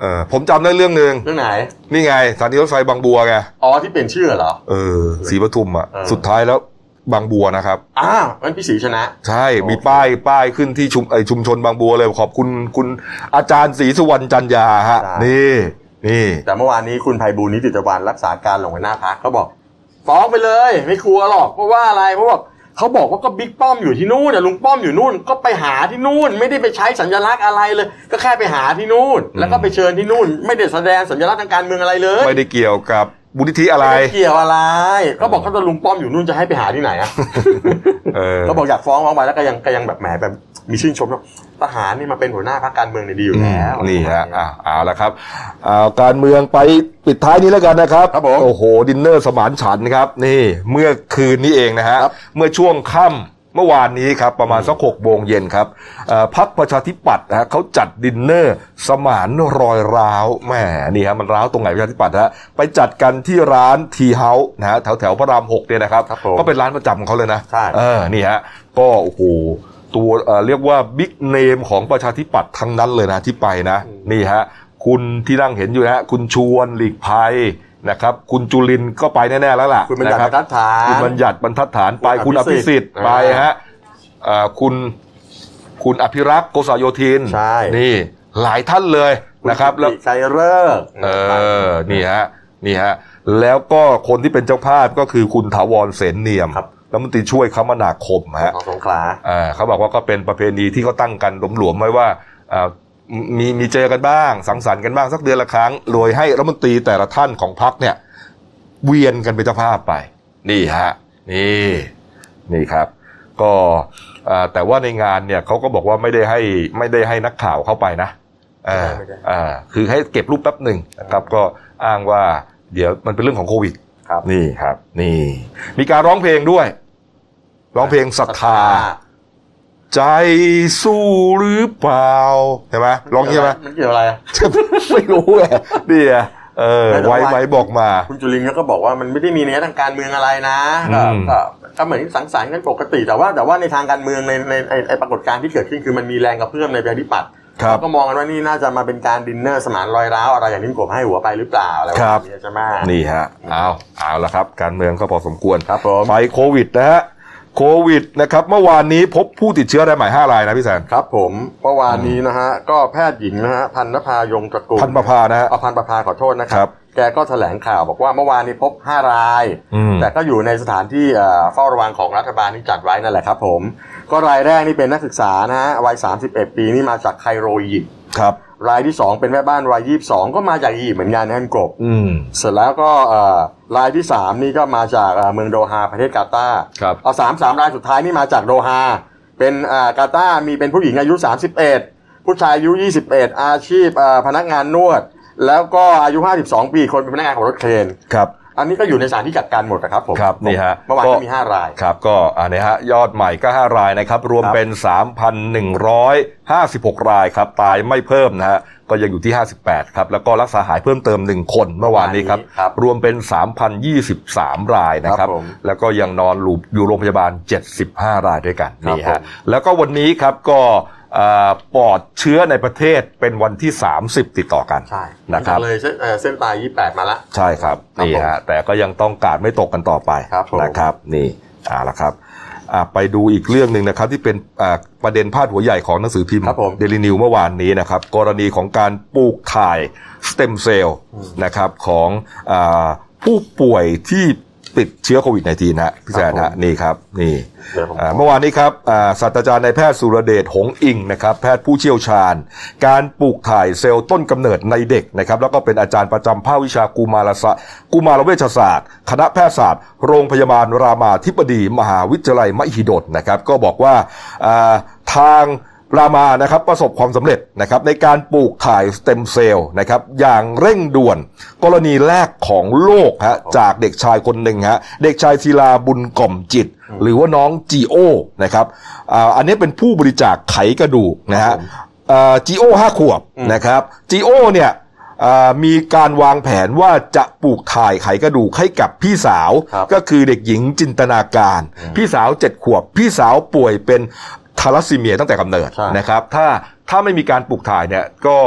Speaker 1: เออผมจำได้เรื่องหนึ่ง
Speaker 2: เรื่องไหน
Speaker 1: นี่ไงสถานีรถไฟบางบัวไง
Speaker 2: อ๋อที่เปลี่ยนชื่อเหรอ
Speaker 1: เออสีปทุมอ่ะ
Speaker 2: เออ
Speaker 1: สุดท้ายแล้วบางบัวนะครับ
Speaker 2: อ้าวงั้นพี่ศรีชนะ
Speaker 1: ใช่
Speaker 2: โอเค
Speaker 1: มีป้ายป้ายขึ้นที่ชุมไอชุมชนบางบัวเลยขอบคุณคุณอาจารย์ศรีสุวรรณจันยาฮะ นี่นี่
Speaker 2: แต่เมื่อวานนี้คุณภัยบูลย์นิติตะวันรักษาการหลวงหัวหน้าพักเขาบอกฟ้องไปเลย ไม่กลัวหรอกเพราะว่าอะไรเพราะว่าเขาบอกว่าก็บิ๊กป้อมอยู่ที่นู่นแต่ลุงป้อมอยู่นู่นก็ไปหาที่นู่น ไม่ได้ไปใช้สัญลักษณ์อะไรเลย ก็แค่ไปหาที่นู่น แล้วก็ไปเชิญที่นู่น ไม่ได้แสดงสัญลักษณ์ทางการเมืองอะไรเลย
Speaker 1: ไม่ได้เกี่ยวกับบุริธิอะไร
Speaker 2: ม่ด้เกี่ยวอะไรก็บอกเขาจะลุงป้อมอยู่นู่นจะให้ไปหาที่ไหน อะ
Speaker 1: เออ
Speaker 2: ก็บอกอยากฟ้องร้องไปแล้วก็ยังก็ยังแบบแหมแบบมีชื่นชมว่าทหารนี่มาเป็นหัวหน้าพรรคการเมืองเนี่ยดีอยู่แล้ว
Speaker 1: อืมนี่ฮะ
Speaker 2: อไรอย่างเงี้ย
Speaker 1: อ่ะเอาละครับอ่าการเมืองไปปิดท้ายนี้แล้วกันนะครับ
Speaker 2: ครับผม
Speaker 1: โอ้โห ดินเนอร์สมานฉันท์ครับ นี่เมื่อคืนนี้เองนะฮะ
Speaker 2: ครับ
Speaker 1: เมื่อช่วงค่ำ เมื่อวานนี้ครับประมาณสักหกโมงเย็นครับเอ่อพักประชาธิปัตย์นะฮะเขาจัดดินเนอร์สมานรอยร้าวแหมนี่ฮะมันร้าวตรงไหนประชาธิปัตย์ฮะไปจัดกันที่ร้านทีเฮาส์นะฮะแถวแถวพระรามหกเนี่ยนะครับ
Speaker 2: ครับผม
Speaker 1: ก็เป็นร้านประจำของเขาเลยนะ
Speaker 2: ใช่
Speaker 1: เออนี่ฮะก็โอ้โหตัวเอ่อเรียกว่าบิ๊กเนมของประชาธิปัตย์ทั้งนั้นเลยนะที่ไปนะ นี่ฮะคุณที่นั่งเห็นอยู่นะฮะคุณชวนหลีกภัยนะครับ คุณจุลินทร์ก็ไปแน่ๆแล้วล่ะ
Speaker 2: คุณบรรยัติ
Speaker 1: นะรับ
Speaker 2: รัฐฐาน
Speaker 1: คุณบัญญัติบรรทัดฐานไป
Speaker 2: คุ
Speaker 1: คุณ ณ
Speaker 2: อ
Speaker 1: อ
Speaker 2: ภิ
Speaker 1: ภิ
Speaker 2: สิ
Speaker 1: สิ
Speaker 2: ท
Speaker 1: ท
Speaker 2: ธิ์
Speaker 1: ธิ์ไปฮะเอ่อคุณคุณอภิรักษ์โกษาโยธิน
Speaker 2: ใช่
Speaker 1: นี่หลายท่านเลยนะครับ
Speaker 2: แล้
Speaker 1: แล้ว ว
Speaker 2: ใจเลิกษ์
Speaker 1: เออนี่ฮะนี่ฮะแล้วก็คนที่เป็นเจ้าภาพก็คือคุณถาวรเสนเนียมรัฐมนตรีช่วยคมนาคมฮะ
Speaker 2: ของสงขลา
Speaker 1: อ่าเขาบอกว่าก็เป็นประเพณีที่เขาตั้งกันหลวมๆไว้ว่าอ่ามีมีเจอกันบ้าง สังสรรค์กันบ้างสักเดือนละครั้ง โดยให้รัฐมนตรีแต่ละท่านของพรรคเนี่ย เวียนกันเป็นเจ้าภาพไป นี่ฮะ นี่ นี่ครับ ก็อ่าแต่ว่าในงานเนี่ยเขาก็บอกว่าไม่ได้ให้ไม่ได้ให้นักข่าวเข้าไปนะอ่า
Speaker 2: ไม่ได้
Speaker 1: อ่าคือให้เก็บรูปแป๊บหนึ่งนะครับ ก็อ้างว่าเดี๋ยวมันเป็นเรื่องของโควิด
Speaker 2: ครับ
Speaker 1: นี่ครับ นี่ มีการร้องเพลงด้วย ร้องเพลงศรัทธา ใจสู้หรือเปล่าใช่ไหมร้องใช่างนี้ไหม
Speaker 2: มันเกี่ยวอะไร
Speaker 1: ไม่รู้แหละนี่อะเออ
Speaker 2: ไม่แต่
Speaker 1: ไว้
Speaker 2: ว่า
Speaker 1: ไว้บอกมา
Speaker 2: คุณจุลินทร์ก็บอกว่ามันไม่ได้มีเนื้อทางการเมืองอะไรนะก็
Speaker 1: อืม
Speaker 2: ก็ก็เหมือนสังสรรค์กันปกติ แต่ว่าแต่ว่าในทางการเมืองในในในไอ้ปรากฏการณ์ที่เกิดขึ้นคือมันมีแรงกระเพื่อมในประชาธิปัตย์
Speaker 1: ครับ
Speaker 2: ก็มองกันว่านี่น่าจะมาเป็นการดินเนอร์สมานรอยร้าวอะไรอย่างที่ผมให้หัวไปหรือเปล่าอะไรแบบ
Speaker 1: ครับ
Speaker 2: นี้ใช่ไหม
Speaker 1: นี่ฮะ เอาเอาละครับ การเมืองก็พอสมควร
Speaker 2: ครับผม
Speaker 1: ไปโควิดนะฮะ โควิดนะครับ เมื่อวานนี้พบผู้ติดเชื้อรายใหม่5รายนะพี่แสน
Speaker 2: ครับผมเมื่อวานนี้นะฮะก็แพทย์หญิงนะฮะพันนภายงตระกูล
Speaker 1: พันประภานะฮะ
Speaker 2: เอาพันประภาขอโทษนะค
Speaker 1: ค
Speaker 2: รั
Speaker 1: รับ บ
Speaker 2: แกก็แถลงข่าวบอกว่าเมื่อวานนี้พบ 5 ราย
Speaker 1: อืม
Speaker 2: แต่ก็อยู่ในสถานที่เอ่อเฝ้าระวังของรัฐบาลที่จัดไว้นั่นแหละครับผม ก็รายแรกนี่เป็นนักศึกษานะฮะวัย 31 ปีนี่มาจากไคโรอียิปต์
Speaker 1: ครับ
Speaker 2: รายที่ 2 เป็นแม่บ้านวัย 22 ก็มาจากอียิปต์เหมือนกันนะท่านกบ
Speaker 1: อืม
Speaker 2: เสร็จแล้วก็เอ่อรายที่ 3 นี่ก็มาจากเอ่อเมืองโดฮาประเทศกาตาร์
Speaker 1: ครับ
Speaker 2: เอาสามสามรายสุดท้ายนี่มาจากโดฮาเป็นเอ่อกาตาร์มีเป็นผู้หญิงอายุ 31 ผู้ชายอายุ 21 อาชีพเอ่อพนักงานนวด แล้วก็อายุ 52 ปีคนเป็นพนักงานของรถเครน
Speaker 1: ครับ
Speaker 2: อันนี้ก็อยู่ในสถานที่กักกันหมดนะครับผม
Speaker 1: ครับนี่ฮะ
Speaker 2: เมื่อวาน
Speaker 1: ก็
Speaker 2: ก็มี 5 ราย
Speaker 1: ครับก็อันนี้ฮะยอดใหม่ก็ 5 รายนะครับ รวม
Speaker 2: ครับ
Speaker 1: เป็น 3,156 รายครับ ตายไม่เพิ่มนะฮะก็ยังอยู่ที่ 58 ครับ แล้วก็รักษาหายเพิ่มเติม 1 คนเมื่อวานนี้ครับ
Speaker 2: ครับ
Speaker 1: รวมเป็น 3,023 รายนะครับ
Speaker 2: ครับผม
Speaker 1: แล้วก็ยังนอนหลูบอยู่โรงพยาบาล 75 รายด้วยกัน
Speaker 2: ครับ
Speaker 1: นี่ฮะ
Speaker 2: ผม
Speaker 1: แล้วก็วันนี้ครับก็เอ่อปลอดเชื้อในประเทศเป็นวันที่ 30 ติดต่อกัน
Speaker 2: ใช่
Speaker 1: นะครับ
Speaker 2: เลยเส้นเอ่อเส้นตาย 28 มาละ
Speaker 1: ใช่ครับ
Speaker 2: ครับ
Speaker 1: นี่ฮะแต่ก็ยังต้องการไม่ตกกันต่อไป
Speaker 2: ครับผม
Speaker 1: นะครับ นี่เอ่าละครับอ่าไปดูอีกเรื่องหนึ่งนะครับ ที่เป็นอ่าประเด็นพาดหัวใหญ่ของหนังสือพิมพ์
Speaker 2: ครับผม
Speaker 1: เดลินิวเมื่อวานนี้นะครับ กรณีของการปลูกถ่ายสเต็มเซลล์นะครับของอาผู้ป่วยที่ติดเชื้อโควิด -19 ฮะพี่แซน
Speaker 2: ครั
Speaker 1: ฮะ
Speaker 2: บผม
Speaker 1: นี่ครับนี่
Speaker 2: เดี๋ยวผม
Speaker 1: อ่าเมื่อวานนี้ครับอ่าศาสตราจารย์นายแพทย์สุรเดชหงส์อิงนะครับแพทย์ผู้เชี่ยวชาญ การปลูกถ่ายเซลล์ต้นกำเนิดในเด็กนะครับแล้วก็เป็นอาจารย์ประจำภาควิชากุมารศาสตร์กุมารเวชศาสตร์ คณะแพทยศาสตร์ โรงพยาบาลรามาธิบดี มหาวิทยาลัยมหิดลนะครับก็บอกว่าอ่าทาง รามานะครับประสบความสำเร็จนะครับในการปลูกถ่ายสเต็มเซลล์นะครับอย่างเร่งด่วน กรณีแรกของโลกฮะจากเด็กชายคนหนึ่งฮะเด็กชายศิลาบุญกล่อมจิต หรือว่าน้องจีโอนะครับอ่าอันนี้เป็นผู้บริจาคไขกระดูกนะ
Speaker 2: ครั
Speaker 1: ฮะ
Speaker 2: บผม
Speaker 1: อ่าจีโอห้าขวบนะครับจีโอเนี่ยอ่ามีการวางแผนว่าจะปลูกถ่ายไขกระดูกให้กับพี่สาว
Speaker 2: ครับ
Speaker 1: ก็คือเด็กหญิงจินตนาการ พี่สาวเจ็ดขวบ พี่สาวป่วยเป็นทาลัสซีเมียตั้งแต่กำเนิด
Speaker 2: ใช่
Speaker 1: นะครับ ถ้าถ้าไม่มีการปลูกถ่ายเนี่ยก็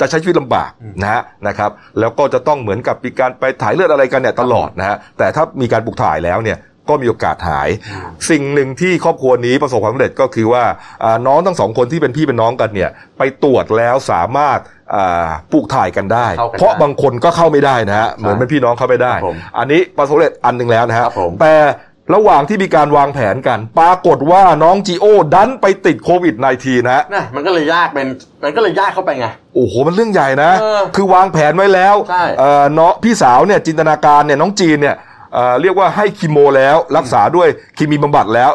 Speaker 1: จะใช้ชีวิตลำบากนะฮะนะครับ แล้วก็จะต้องเหมือนกับมีการไปถ่ายเลือดอะไรกันเนี่ยตลอดนะฮะแต่ถ้ามีการปลูกถ่ายแล้วเนี่ยก็มีโอกาสหาย สิ่งหนึ่งที่ครอบครัวนี้ประสบความสำเร็จก็คือว่าอ่าน้องทั้งสองคนที่เป็นพี่เป็นน้องกันเนี่ยไปตรวจแล้วสามารถอ่าปลูกถ่ายกันได้
Speaker 2: เข้ากัน
Speaker 1: เพราะ
Speaker 2: ได้
Speaker 1: บางคนก็เข้าไม่ได้นะฮะเหมือนเป็นพี่น้องเข้าไม่ได้
Speaker 2: ครับผม
Speaker 1: อันนี้ประสบความสำเร็จอันหนึ่งแล้วนะฮะ
Speaker 2: ครับผม
Speaker 1: แต่ระหว่างที่มีการวางแผนกัน ปรากฏว่าน้องจีโอดันไปติดโควิด -19 นะฮะ
Speaker 2: นะมันก็เลยยากเป็นมันก็เลยยากเข้าไปไง
Speaker 1: โอ้โห มันเรื่องใหญ่นะ
Speaker 2: เออ
Speaker 1: คือวางแผนไว้แล้ว
Speaker 2: ใช่
Speaker 1: เอ่อเนาะพี่สาวเนี่ยจินตนาการเนี่ยน้องจีนเนี่ยเอ่อเรียกว่าให้คีโมแล้ว รักษาด้วยคีมีบำบัดแล้ว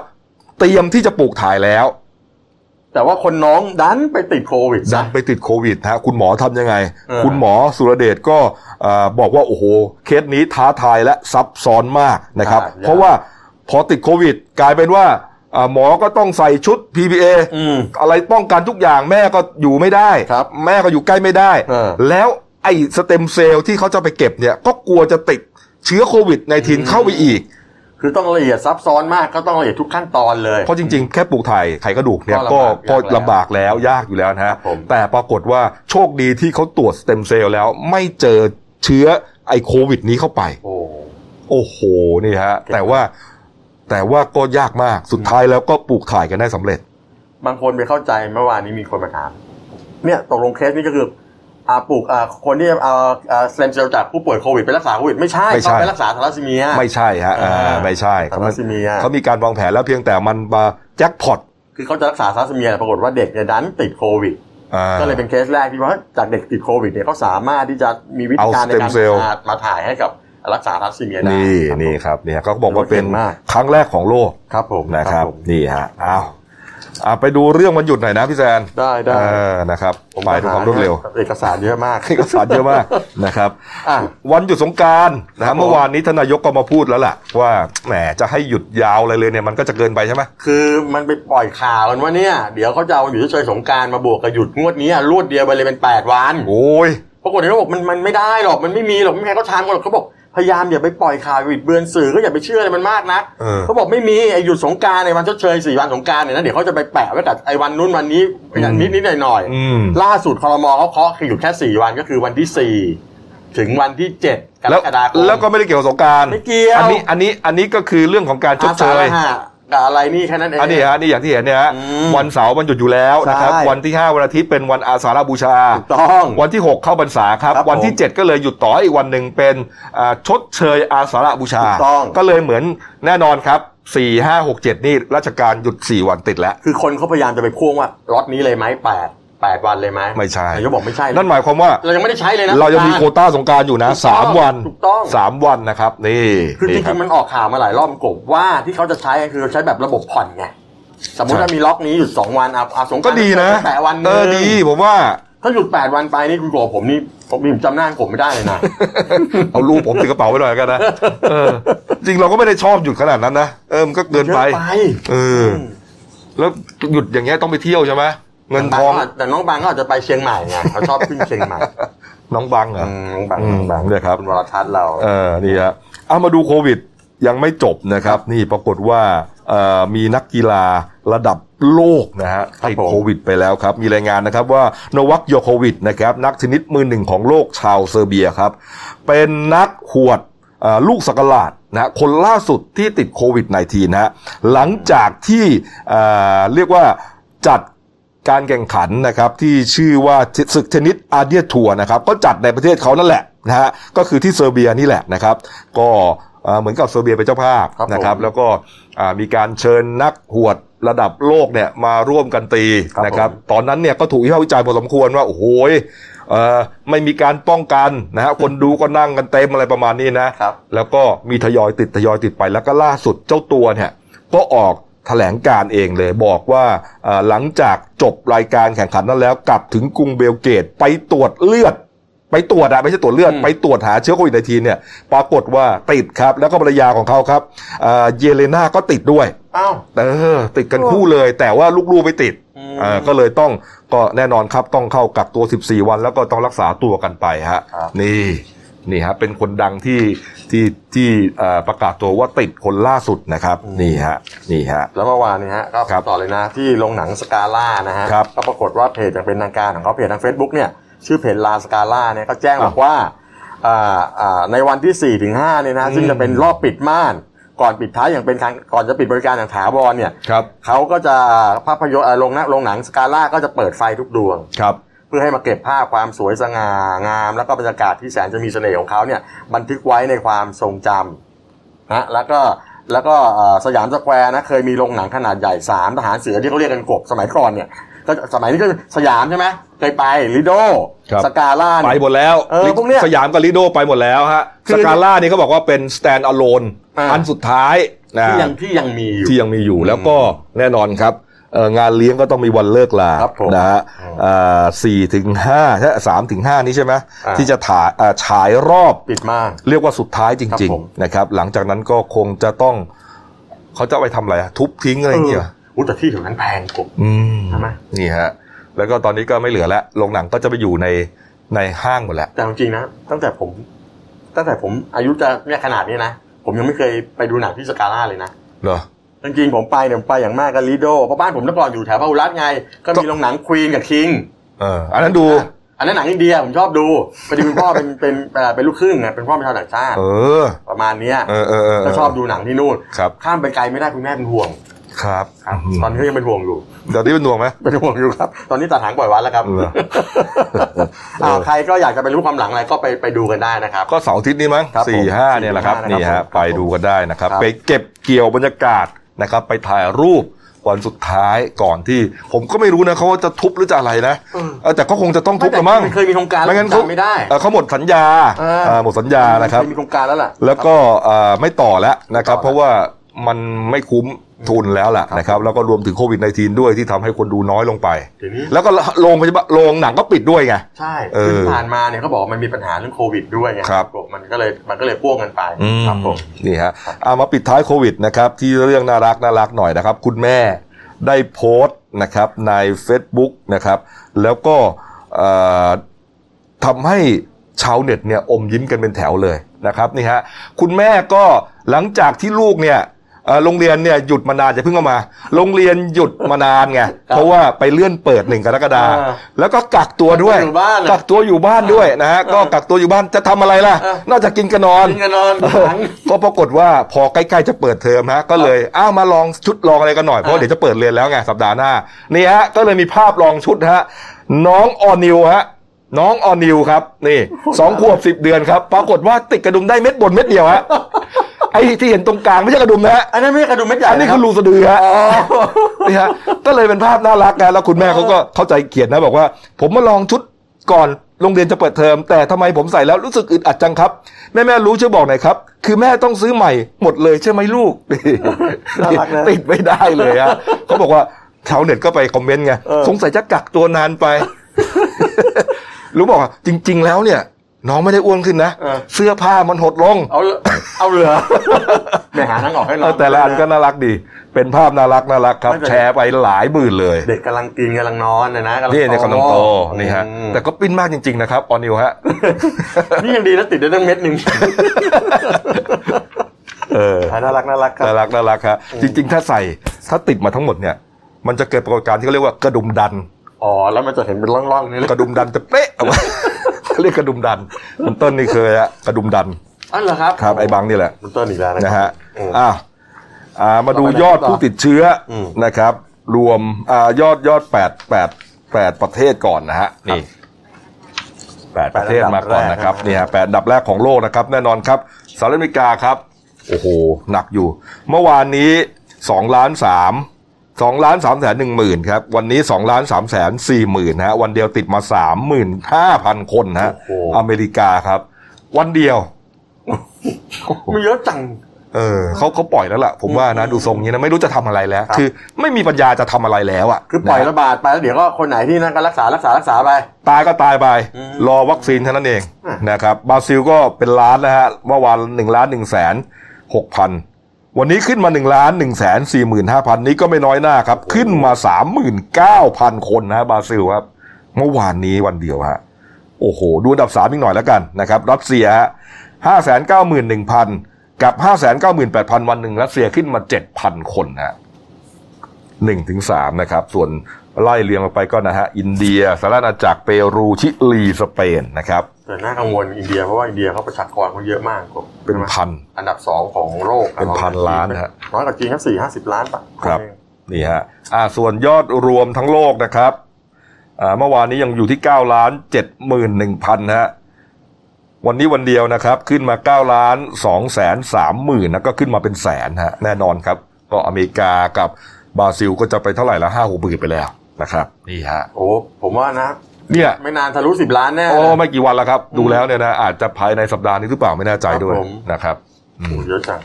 Speaker 1: เตรียมที่จะปลูกถ่ายแล้ว
Speaker 2: แต่ว่าคนน้องดันไปติดโควิด
Speaker 1: ดั
Speaker 2: ซะ
Speaker 1: นไปติดโควิดฮะคุณหมอทำยังไง
Speaker 2: เออ
Speaker 1: คุณหมอสุรเดชก็เอ่อบอกว่าโอ้โหเคสนี้ท้าทายและซับซ้อนมากนะครับ เพราะว่าพอติดโควิด กลายเป็นว่า อ่าหมอก็ต้องใส่ชุด PPA
Speaker 2: อืม
Speaker 1: อะไรป้องกันทุกอย่างแม่ก็อยู่ไม่ได้
Speaker 2: ครับ
Speaker 1: แม่ก็อยู่ใกล้ไม่ได้
Speaker 2: เออ
Speaker 1: แล้วไอ้สเต็มเซลล์ที่เขาจะไปเก็บเนี่ย ก็กลัวจะติดเชื้อโควิด -19 เข้าไปอีก
Speaker 2: คือต้องละเอียดซับซ้อนมากก็ต้องละเอียดทุกขั้นตอนเลย
Speaker 1: เพราะจริงๆ แค่ปลูกถ่ายไขกระดูกเนี่ย
Speaker 2: ก็
Speaker 1: ก็
Speaker 2: ลำบาก
Speaker 1: ก็
Speaker 2: ยากแล้ว
Speaker 1: ลำบากแล้วยากอยู่แล้วนะ
Speaker 2: ครั
Speaker 1: ฮะ
Speaker 2: บผม
Speaker 1: แต่ปรากฏว่าโชคดีที่เขาตรวจสเต็มเซลล์แล้วไม่เจอเชื้อไอโควิด นี้เข้าไป
Speaker 2: โอ้
Speaker 1: โอ้โหนี่ฮะ แต่ว่าแต่ว่าก็ยากมากสุดท้ายแล้วก็ปลูกถ่ายกันได้สำเร็จ
Speaker 2: บางคนไปเข้าใจเมื่อวานนี้มีคนมาถาม เนี่ยตกลงเคสนี่ก็คืออาปลูกอ่าคนที่เอาอ่าสเต็มเซลล์จากผู้ป่วยโควิดไปรักษาโควิดไม่ใช่
Speaker 1: ไม่ใช่
Speaker 2: เขาไปรักษาทารัสซีเมีย
Speaker 1: ไม่ใช่ฮะอ่า
Speaker 2: อ่า
Speaker 1: ไม่ใช่
Speaker 2: ทาราซีเมีย
Speaker 1: เขามีการวางแผนแล้วเพียงแต่มันมาแจ็คพอต
Speaker 2: คือเขาจะรักษาทารัสซีเมียแต่ปรากฏว่าเด็กเนี่ยดันติดโควิด
Speaker 1: อ่า
Speaker 2: ก็เลยเป็นเคสแรกที่ว่าจากเด็กติดโควิดเนี่ยเขาสามารถที่จะมีวิธีการใน
Speaker 1: เอาสเต็
Speaker 2: กาม ร
Speaker 1: เซลล์
Speaker 2: มามาถ่ายให้กับรักษาทารัสซีเมียได้
Speaker 1: นี่
Speaker 2: ครับ
Speaker 1: นี่ครับเนี่ยเขาบอกว่าเป็น
Speaker 2: เก่งมาก
Speaker 1: ครั้งแรกของโลก
Speaker 2: ครับผม
Speaker 1: นะครับ
Speaker 2: ผม
Speaker 1: นี่ฮะอ้าวอ่ะไปดูเรื่องวันหยุดหน่อยนะพี่แซน
Speaker 2: ได้ได้
Speaker 1: เออนะครับไปดูความรวดเร็ว
Speaker 2: เอกสารเยอะมาก
Speaker 1: เอกสารเยอะมาก นะครับ
Speaker 2: อ่ะ
Speaker 1: วันหยุดสงกรารนะ
Speaker 2: ครั
Speaker 1: ฮะ
Speaker 2: บผม
Speaker 1: เมื่อวานนี้ทานนายกก็มาพูดแล้วล่ะ ว่าแหมจะให้หยุดยาวอะไรเลยเนี่ยมันก็จะเกินไปใช่ไหม
Speaker 2: คือมันไปปล่อยข่าวกันว่าเนี่ย เดี๋ยวเขาจะเอาวันหยุดชดเฉยสงกรารมาบวกกับหยุดงวดนี้รวดเดียวไปเลยเป็น 8 วัน
Speaker 1: โอ้ย
Speaker 2: ปรากฏในระบบมันมันไม่ได้หรอกมันไม่มีหรอกไม่มีใครเขาทำกันหรอกเขาบอกพยายามอย่าไปปล่อยข่าวบิดเบือนสื่อก็อย่าไปเชื่ออะไรมันมากนะ
Speaker 1: เออ
Speaker 2: เขาบอกไม่มีไอ้หยุดสงกรารในวันชดเชยสี่วันสงกรารเนี่ยนะเดี๋ยวเขาจะไปแปะไว้กับไอ้วันนู้นวันนี้อย่างนิดนิดหน่อยหน่อยๆ
Speaker 1: อืม
Speaker 2: ล่าสุดคอรมอเขาเคาะคือหยุดแค่สี่วันก็คือวันที่สี่ถึงวันที่เจ็ดกร
Speaker 1: แล้ว
Speaker 2: กฎาคม
Speaker 1: แล้วก็ไม่ได้เกี่ยวกับสงกราร
Speaker 2: ไม่เกี่ยว
Speaker 1: อันนี้อันนี้อันนี้ก็คือเรื่องของการช
Speaker 2: อา
Speaker 1: ดเช
Speaker 2: สาย ฬหะกับอะไรนี่แค่นั้นเอง
Speaker 1: อันนี้ฮะนี่อย่างที่เห็นเนี่ยฮะ
Speaker 2: อืม
Speaker 1: วันเสาร์วันหยุดอยู่แล้วนะครับ
Speaker 2: ใช่
Speaker 1: วันที่ห้าวันอาทิตย์เป็นวันอาสาฬบูชา
Speaker 2: ถูกต้อง
Speaker 1: วันที่ 6 เข้าพรรษาครับ
Speaker 2: ครับ
Speaker 1: วันที่ 7 ก็เลยหยุดต่ออีกวันหนึ่งเป็นอ่าชดเชยอาสาฬบูชา
Speaker 2: ถูกต้อง
Speaker 1: ก็เลยเหมือนแน่นอนครับ 4 5 6 7 นี่ราชการหยุด 4 วันติดแล้ว
Speaker 2: คือคนเขาพยายามจะไปพ่วงว่าล็อตนี้เลยไหมแปดแปดวันเลยไหม
Speaker 1: ไม่ใช่
Speaker 2: นายกบอกไม่ใช่
Speaker 1: นั่นหมายความว่า
Speaker 2: เรายังไม่ได้ใช้เลยนะ
Speaker 1: เรายังมี
Speaker 2: อจ
Speaker 1: โคว
Speaker 2: รย์
Speaker 1: ต้าสงกรารอยู่นะ
Speaker 2: ถูกต้อง
Speaker 1: 3 วัน
Speaker 2: ถูกต้อง
Speaker 1: 3 วันนะครับ นี่
Speaker 2: คือจ
Speaker 1: นี่ค
Speaker 2: ริ
Speaker 1: รับ
Speaker 2: งๆมันออกข่าวมาหลายรอบกบว่าที่เขาจะใช้คือใช้แบบระบบผ่อนไงสมมติ
Speaker 1: ใช่
Speaker 2: ว่ามีล็อกนี้หยุดสองวันอ่ะอ่ะสงรา
Speaker 1: ก็
Speaker 2: นต์
Speaker 1: ดีนะ
Speaker 2: แปดวันห
Speaker 1: เอ
Speaker 2: นึ่ง
Speaker 1: อดีผมว่า
Speaker 2: ถ้าหยุดแปดวันไปนี่คุณกบผมนี่ผมผมจำหน้าผมไม่ได้เลยนะ
Speaker 1: เอารูปผมติดกระเป๋าไว้หน่อยแล้วกันนะเออจริงเราก็ไม่ได้ชอบหยุดขนาดนั้นนะเออมันก็เกิน
Speaker 2: เยอะ
Speaker 1: ไป
Speaker 2: ไป
Speaker 1: เออ แล้วหยุดอย่างเงี้ยต้องไปเที่ยวใช่ไหมเงินทอง
Speaker 2: แต่บาก็าจแต่น้องบางก็อาจจะไปเชียงใหม่ไงเขาชอบขึ้นเชียงใหม่
Speaker 1: น้องบังเหรอ
Speaker 2: อืมน้องบาง
Speaker 1: อืม
Speaker 2: น้องบาง
Speaker 1: เนี่ยครับ
Speaker 2: คุณวรทัศน์เรา
Speaker 1: เออนี่ฮะเอามาดูโควิดยังไม่จบนะครับ นี่ปรากฏว่าเอ่อมีนักกีฬาระดับโลกนะฮะติดโควิดไปแล้วครับ มีรายงานนะครับว่าโนวัคโยโควิดนะครับนักเทนนิสมือหนึ่งของโลกชาวเซอร์เบียครับ เป็นนักหวดเอ่อลูกสักหลาดนะฮะคนล่าสุดที่ติดโควิด -19 นะฮะหลังจากที่เอ่อเรียกว่าจัด การแข่งขันนะครับที่ชื่อว่าศึกเทนนิสอาเดียทัวร์นะครับก็จัดในประเทศเขานั่นแหละนะฮะก็คือที่เซอร์เบียนี่แหละนะครับก็เอ่อเหมือนกับเซอร์เบียเป็นเจ้าภาพนะครับแล้วก็อ่ามีการเชิญนักหวดระดับโลกเนี่ยมาร่วมกันตีนะครับตอนนั้นเนี่ยก็ถูกวิพากษ์วิจารณ์พอสมควรว่า โอ้โหยเอ่อไม่มีการป้องกันนะฮะคนดูก็นั่งกันเต็มอะไรประมาณนี้นะ
Speaker 2: ครับ
Speaker 1: แล้วก็มีทยอยติดทยอยติดไปแล้วก็ล่าสุดเจ้าตัวเนี่ยก็ออกแถลงการเองเลย บอกว่าเอ่อหลังจากจบรายการแข่งขันนั้นแล้วกลับถึงกรุงเบลเกตไปตรวจเลือด ไปตรวจอะไม่ใช่ตรวจเลือด
Speaker 2: อืม
Speaker 1: ไปตรวจหาเชื้อโควิด -19 เนี่ยปรากฏว่าติดครับ แล้วก็ภรรยาของเขาครับเอ่อเยเลนาก็ติดด้วย
Speaker 2: อ้าว
Speaker 1: เออติดกันคู่เลย แต่ว่าลูกๆไม่ติด
Speaker 2: อืม
Speaker 1: เอ่อก็เลยต้องก็แน่นอนครับต้องเข้ากักตัว 14 วันแล้วก็ต้องรักษาตัวกันไปฮะ
Speaker 2: ครับ
Speaker 1: นี่นี่ฮะเป็นคนดังที่ที่ที่เอ่อประกาศตัวว่าติดคนล่าสุดนะครับ
Speaker 2: อืม
Speaker 1: นี่ฮะนี่ฮะ
Speaker 2: แล้วเมื่อวานนี้ฮะก็
Speaker 1: ครับ
Speaker 2: ต่อเลยนะที่โรงหนังสกาล่านะฮะ
Speaker 1: ครับ
Speaker 2: ก็ปรากฏว่าเพจอย่างเป็นทางการของเขาเพจทาง Facebook เนี่ยชื่อเพจลาสกาล่าเนี่ยก็แจ้ง
Speaker 1: ครับ
Speaker 2: บอกว่าอ่าอ่าในวันที่4ี่ถึงห้าเนี่ยนะ
Speaker 1: อืม
Speaker 2: ซึ่งจะเป็นรอบปิดม่าน ก่อนปิดท้ายอย่างเป็นทางก่อนจะปิดบริการอย่างถาวรเนี่ย
Speaker 1: ครับ
Speaker 2: เขาก็จะภาพยนตร์อ่าโรงหนังโรงหนังสกาล่าก็จะเปิดไฟทุกดวง
Speaker 1: ครับ
Speaker 2: เพื่อให้มาเก็บภาพความสวยสง่างาม แล้วก็บรรยากาศที่แสนจะมีเสน่ห์ของเขาเนี่ยบันทึกไว้ในความทรงจำนะแล้วก็แล้วก็เอ่อสยามสแควร์นะเคยมีโรงหนังขนาดใหญ่สามทหารเสือที่เขาเรียกกันกบสมัยก่อนเนี่ยก็สมัยนี้ก็สยามใช่ไหมเคยไปลิโด
Speaker 1: ครับ
Speaker 2: สกาล่า
Speaker 1: ไป
Speaker 2: เนี่ย
Speaker 1: หมดแล้ว
Speaker 2: เออพวกเนี้ย
Speaker 1: สยามกับลิโดไปหมดแล้วฮะ
Speaker 2: คือก
Speaker 1: สาล่านี่เขาบอกว่าเป็น stand alone
Speaker 2: อ่า
Speaker 1: อันสุดท้ายนะ
Speaker 2: ที่ยังที่ยังมีอยู่
Speaker 1: ที่ยังมีอยู่แล้วก็แน่นอนครับเอ่องานเลี้ยงก็ต้องมีวันเลิกลา
Speaker 2: ครับผม
Speaker 1: นะฮะสี่ถึงห้าสามถึงห้านี้ใช่ไหม
Speaker 2: อ่า
Speaker 1: ที่จะถ่ายอ่าฉายรอบ
Speaker 2: ปิดมาก
Speaker 1: เรียกว่าสุดท้ายจ
Speaker 2: ครั
Speaker 1: ริง
Speaker 2: บผม
Speaker 1: ๆนะครับหลังจากนั้นก็คงจะต้อง เขาจะเอาไปทำอะไรอะทุบทิ้งอะไรอย่างเงี้ยเหรอ
Speaker 2: อุ้ยแต่ที่แถวนั้นแพงกบ
Speaker 1: อืม
Speaker 2: ใช่ไหม
Speaker 1: นี่ฮะ แล้วก็ตอนนี้ก็ไม่เหลือแล้วโรงหนังก็จะไปอยู่ในในห้างหมดแล้ว
Speaker 2: แต่จริงๆนะ ตั้งแต่ผม ตั้งแต่ผมอายุจะเนี่ยขนาดนี้นะ ผมยังไม่เคยไปดูหนังที่สกาล่าเลยนะ
Speaker 1: เหรอ
Speaker 2: จริงๆผมไปเนี่ยผมไปอย่างมากก็ลีโดเพราะบ้านผมเมื่อก่อนอยู่แถวพหุรัตน์ไง ก็มีโรงหนังควีนกับคิง
Speaker 1: เออ อันนั้นดู
Speaker 2: อันนั้นหนังอินเดียผมชอบดูพอดีคุณพ่อเป็นเป็นเอ่อเป็นลูกครึ่งนะเป็นพ่อเป็นชาวต่างชาติ
Speaker 1: เออ
Speaker 2: ประมาณเนี้ย
Speaker 1: เออเออเออ
Speaker 2: ก็ชอบดูหนังที่นู่น
Speaker 1: ครับ
Speaker 2: ข้ามไปไกลไม่ได้คุณแม่เป็นห่วง
Speaker 1: ครับ
Speaker 2: ครับ
Speaker 1: อืม
Speaker 2: ตอนนี้ก็ยังเป็นห่วงอยู่
Speaker 1: เดี๋ยวนี้เป็นดวงไหม
Speaker 2: เป็นห่วงอยู่ครับ ตอนนี้ตัดหางปล่อยวัดแล้วครับ
Speaker 1: เหรอ
Speaker 2: อ่าใครก็อยากจะไปรู้ความหลังอะไรก็ไปไปดูกันได้นะครับ
Speaker 1: ก็เสาร์อาทิตย์นี้มั้ง
Speaker 2: ครับผม
Speaker 1: สี่ห้าเนี่ยแหละครับ
Speaker 2: สี่
Speaker 1: นี่
Speaker 2: ห้านะครับ
Speaker 1: ฮะ
Speaker 2: ผม
Speaker 1: ไปดูกันได้นะครับ
Speaker 2: ครับ
Speaker 1: ไปเก็บเกี่ยวบรรยากาศนะครับ ไปถ่ายรูปวันสุดท้ายก่อนที่ ผมก็ไม่รู้นะเขาว่าจะทุบหรือจะอะไรนะเออแต่ก็คงจะต้องทุบละมั้ง
Speaker 2: ไม่เคยมีโครงการ
Speaker 1: ไม่งั้นเขา
Speaker 2: จำไม่ได้
Speaker 1: เออเขาหมดสัญญา
Speaker 2: เออ
Speaker 1: เออหมดสัญญานะครับ
Speaker 2: ไม่เคยมีโครงการแล้วล่ะ
Speaker 1: แล้วก็เอ่อไม่ต่อแล้วนะครับ
Speaker 2: ไม่ต่อแล้ว
Speaker 1: เพราะว่ามันไม่คุ้มทุนแล้วล่ะนะครับ แล้วก็รวมถึงโควิด -19 ด้วยที่ทำให้คนดูน้อยลงไป
Speaker 2: เดี๋ยวนี้
Speaker 1: แล้วก็โรงพยาบาลโรงหนังก็ปิดด้วยไง
Speaker 2: ใช่
Speaker 1: เออ
Speaker 2: ที่ผ่านมาเนี่ยเขาบอกว่ามันมีปัญหาเรื่องโควิดด้วยไง
Speaker 1: ครับ
Speaker 2: มันก็เลยมันก็เลยพ่วงกันไปครัผม
Speaker 1: นี่ฮะเอามาปิดท้ายโควิดนะครับ ที่เรื่องน่ารักน่ารักหน่อยนะครับ คุณแม่ได้โพสต์นะครับใน Facebook นะครับ แล้วก็เอ่อทำให้ชาวเน็ตเนี่ยอมยิ้มกันเป็นแถวเลยนะครับนี่ฮะคุณแม่ก็หลังจากที่ลูกเนี่ยเอ่อโรงเรียนเนี่ยหยุดมานานจะเพิ่งเข้ามา โรงเรียนหยุดมานานไงเพราะว่าไปเลื่อนเปิดหนึ่งกรกฎาคม
Speaker 2: อ่า
Speaker 1: แล้วก็กักตัวด้วย
Speaker 2: อยู่บ้านอะ
Speaker 1: กักตัวอยู่บ้านด้วยนะฮะก็กักตัวอยู่บ้านจะทำอะไรล่ะ
Speaker 2: เออ
Speaker 1: นอกจากกินกับนอน
Speaker 2: กินกันนอนหลัง
Speaker 1: ก็ ปรากฏว่าพอใกล้ๆจะเปิดเทอมฮะก็เลยอ้าวมาลองชุดลองอะไรกันหน่อยเพราะ
Speaker 2: อ่ะ
Speaker 1: เดี๋ยวจะเปิดเรียนแล้วไงสัปดาห์หน้านี่ฮะก็เลยมีภาพลองชุดฮะน้องออร์นิวฮะน้องออร์นิวครับนี่สองขวบสิบเดือนครับ ปรากฏว่าติดกระดุมได้เม็ดบนเม็ดเดียวฮะไอ้ที่เห็นตรงกลางไม่ใช่กระดุมนะฮะ
Speaker 2: อันนั้นไม่ใช่กระดูกเม็ดใหญ่
Speaker 1: อันนี้คือรูสะดือฮะนี่ฮะก็เลยเป็นภาพน่ารักนะแล้วคุณแม่เขาก็เข้าใจเขียนนะบอกว่า ผมมาลองชุดก่อนโรงเรียนจะเปิดเทอม แต่ทำไมผมใส่แล้วรู้สึกอึดอัดจังครับ แม่แม่รู้ช่วยบอกหน่อยครับ คือแม่ต้องซื้อใหม่หมดเลยใช่ไหมลูก
Speaker 2: น่ารักนะ
Speaker 1: ติดไม่ได้เลยฮะเขาบอกว่าชาวเน็ตก็ไปคอมเมนต์ไง
Speaker 2: เออ
Speaker 1: สงสัยจะกักตัวนาน ไป รู้บอกว่าจริง ๆ แล้วเนี่ย น้องไม่ได้อ้วนขึ้นนะ
Speaker 2: เออ
Speaker 1: เสื้อผ้ามันหดลง
Speaker 2: เอาเอาเหลือไปหาทางออกให้
Speaker 1: เอ
Speaker 2: เรา
Speaker 1: อแต่ละอันก็น่ารักดี เป็นภาพน่ารักน่ารักครับ
Speaker 2: ไม่เป็นไร
Speaker 1: แชร์ไปหลายหมื่นเลย
Speaker 2: เด็กกำลังกินกำลังนอนนะนะ
Speaker 1: นี่เนี่ยกำลังโตนี่ฮะ
Speaker 2: อืม
Speaker 1: แต่ก็ปิ้นมากจริง ๆ นะครับ ออนิว ฮะ
Speaker 2: นี่ยังดีนะติดได้ตั้งเม็ดหนึ่ ง
Speaker 1: เออ
Speaker 2: น่ารักน่ารักครั
Speaker 1: น่า
Speaker 2: บ
Speaker 1: รักน่ารักฮะจริง ๆ ถ้าใส่ถ้าติดมาทั้งหมดเนี่ย มันจะเกิดปรากฏการณ์ที่เขาเรียกว่ากระดุมดัน
Speaker 2: อ๋อ แล้วมันจะเห็นเป็นร่องๆนี่เลย
Speaker 1: กระดุมดันจะเป๊ะเอาไว้ เขาเรียกกระดุมดันคุณต้นนี่เคยอะกระดุมดัน
Speaker 2: อ๋อเหรอครับ
Speaker 1: ครับไอ้บังนี่แหละ
Speaker 2: มันต้นอีกแล้ว
Speaker 1: นะ
Speaker 2: นะครั
Speaker 1: ฮะ
Speaker 2: บอืม
Speaker 1: อ้าวอ่า มาดูยอดผู้ติดเชื้ออ
Speaker 2: ม
Speaker 1: นะครับ รวม อ่า ยอดยอดแปดแปดแปดประเทศก่อนนะฮะ นี่แปดประเทศมาก่อนนะครับ
Speaker 2: แปดอันดับแรก
Speaker 1: นี่ฮะแปดอันดับแรกของโลกนะครับ แน่นอนครับ สหรัฐอเมริกาครับ โอ้โห หนักอยู่ เมื่อวานนี้สองล้านสามสองล้านสามแสนหนึ่งหมื่นครับ วันนี้สองล้านสามแสนสี่หมื่นนะฮะ วันเดียวติดมาสามหมื่นห้าพันคนนะฮะ
Speaker 2: โอ้โห
Speaker 1: อเมริกาครับ วันเดียว
Speaker 2: มันเยอะจัง
Speaker 1: เออเขาเขาปล่อยแล้วล่ะ ผมว่านะดูทรงนี้นะไม่รู้จะทำอะไรแล้ว
Speaker 2: ครับ
Speaker 1: คือไม่มีปัญญาจะทำอะไรแล้วอ่ะ
Speaker 2: คือปล่อย
Speaker 1: นะ
Speaker 2: ระบาดไปแล้วเดี๋ยวก็คนไหนที่นั่นก็รักษารักษารักษาไป
Speaker 1: ตายก็ตายไป
Speaker 2: อืม
Speaker 1: รอวัคซีนเท่านั้นเอง
Speaker 2: อ่ะ
Speaker 1: นะครับบราซิลก็เป็นล้านนะฮะเมื่อวานหนึ่งล้านหนึ่งแสนหกพันวันนี้ขึ้นมา1นึ่งล้านหนึ่งแสนสี่หมื่นห้าพันนี้ก็ไม่น้อยหน้าครับ ขึ้นมาสามหมื่นเก้าพันคนนะฮะบราซิลครับ เมื่อวานนี้วันเดียวฮะ โอ้โห ดูอันดับสามอีกหน่อยแล้วกันนะครับ รัสเซียฮะห้าแสนเก้าหมื่นหนึ่งพันกับห้าแสนเก้าหมื่นแปดพันวันหนึ่งรัสเซียขึ้นมาเจ็ดพันคนฮะหนึ่งถึงสามนะครับ ส่วนไล่เรียงลงไปก็นะฮะ อินเดียสหรัฐอาณาจักรเปรูชิลีสเปนนะครับ
Speaker 2: แต่น่ากังวลอินเดียเพราะว่าอินเดียเขาประชากรเขาเยอะมากกว่า
Speaker 1: เป็นพัน
Speaker 2: อันดับสองของโลก
Speaker 1: เป็นพันล้านนะฮะ
Speaker 2: น้อยกว่าจีนแค่สี่ห้าสิบล้านป่ะ
Speaker 1: ครับ นี่ฮะอ่าส่วนยอดรวมทั้งโลกนะครับอ่าเมื่อวานนี้ยังอยู่ที่9ล้าน71,000ฮะ วันนี้วันเดียวนะครับ ขึ้นมา9ล้าน2แสน3หมื่นนะก็ขึ้นมาเป็นแสนฮะแน่นอนครับ ก็อเมริกากับบราซิลก็จะไปเท่าไหร่ละห้าหกหมื่นไปแล้วนะครับ นี่ฮะ
Speaker 2: โอ้ผมว่านะ
Speaker 1: เนี่ย
Speaker 2: ไม่นานทะลุสิบล้านแน่
Speaker 1: โอ้ไม่กี่วันแล้วครับ ดูแล้วเนี่ยนะอาจจะภายในสัปดาห์นี้หรือเปล่าไม่แน่ใจด้วย
Speaker 2: ครับผม
Speaker 1: นะครับ
Speaker 2: โอ้เยอะจัง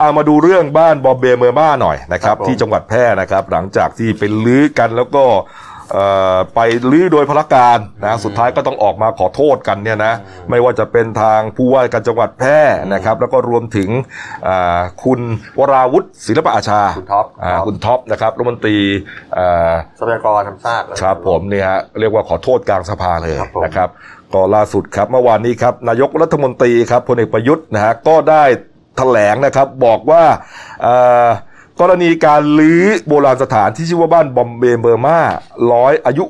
Speaker 1: เอามาดูเรื่องบ้านบอมเบย์เมอร์มาหน่อยนะครับ
Speaker 2: ครับผม
Speaker 1: ที่จังหวัดแพร่นะครับ หลังจากที่เป็นลื้อกันแล้วก็ เอ่อไปลื้อโดยพลการนะสุดท้ายก็ต้องออกมาขอโทษกันเนี่ยนะไม่ว่าจะเป็นทางผู้ว่าการจังหวัดแพร่นะครับ แล้วก็รวมถึงอ่าคุณวราวุฒิศิลปอาชา
Speaker 2: คุณท็อป
Speaker 1: าคุณท็อปนะครับรัฐมนตรีอ่า
Speaker 2: ทรัพยากรธรรมชาติ
Speaker 1: ครับผมเนี่ยฮะเรียกว่าขอโทษกลางสภาเลย
Speaker 2: ครับผม
Speaker 1: นะครับก็ล่าสุดครับเมื่อวานนี้ครับนายกรัฐมนตรีครับพลเอกประยุทธ์นะฮะก็ได้แถลงนะครับบอกว่าเอ่อกรณีการลื้อโบราณสถานที่ชื่อว่าบ้านบอมเบย์เบอร์มาร้อยอายุ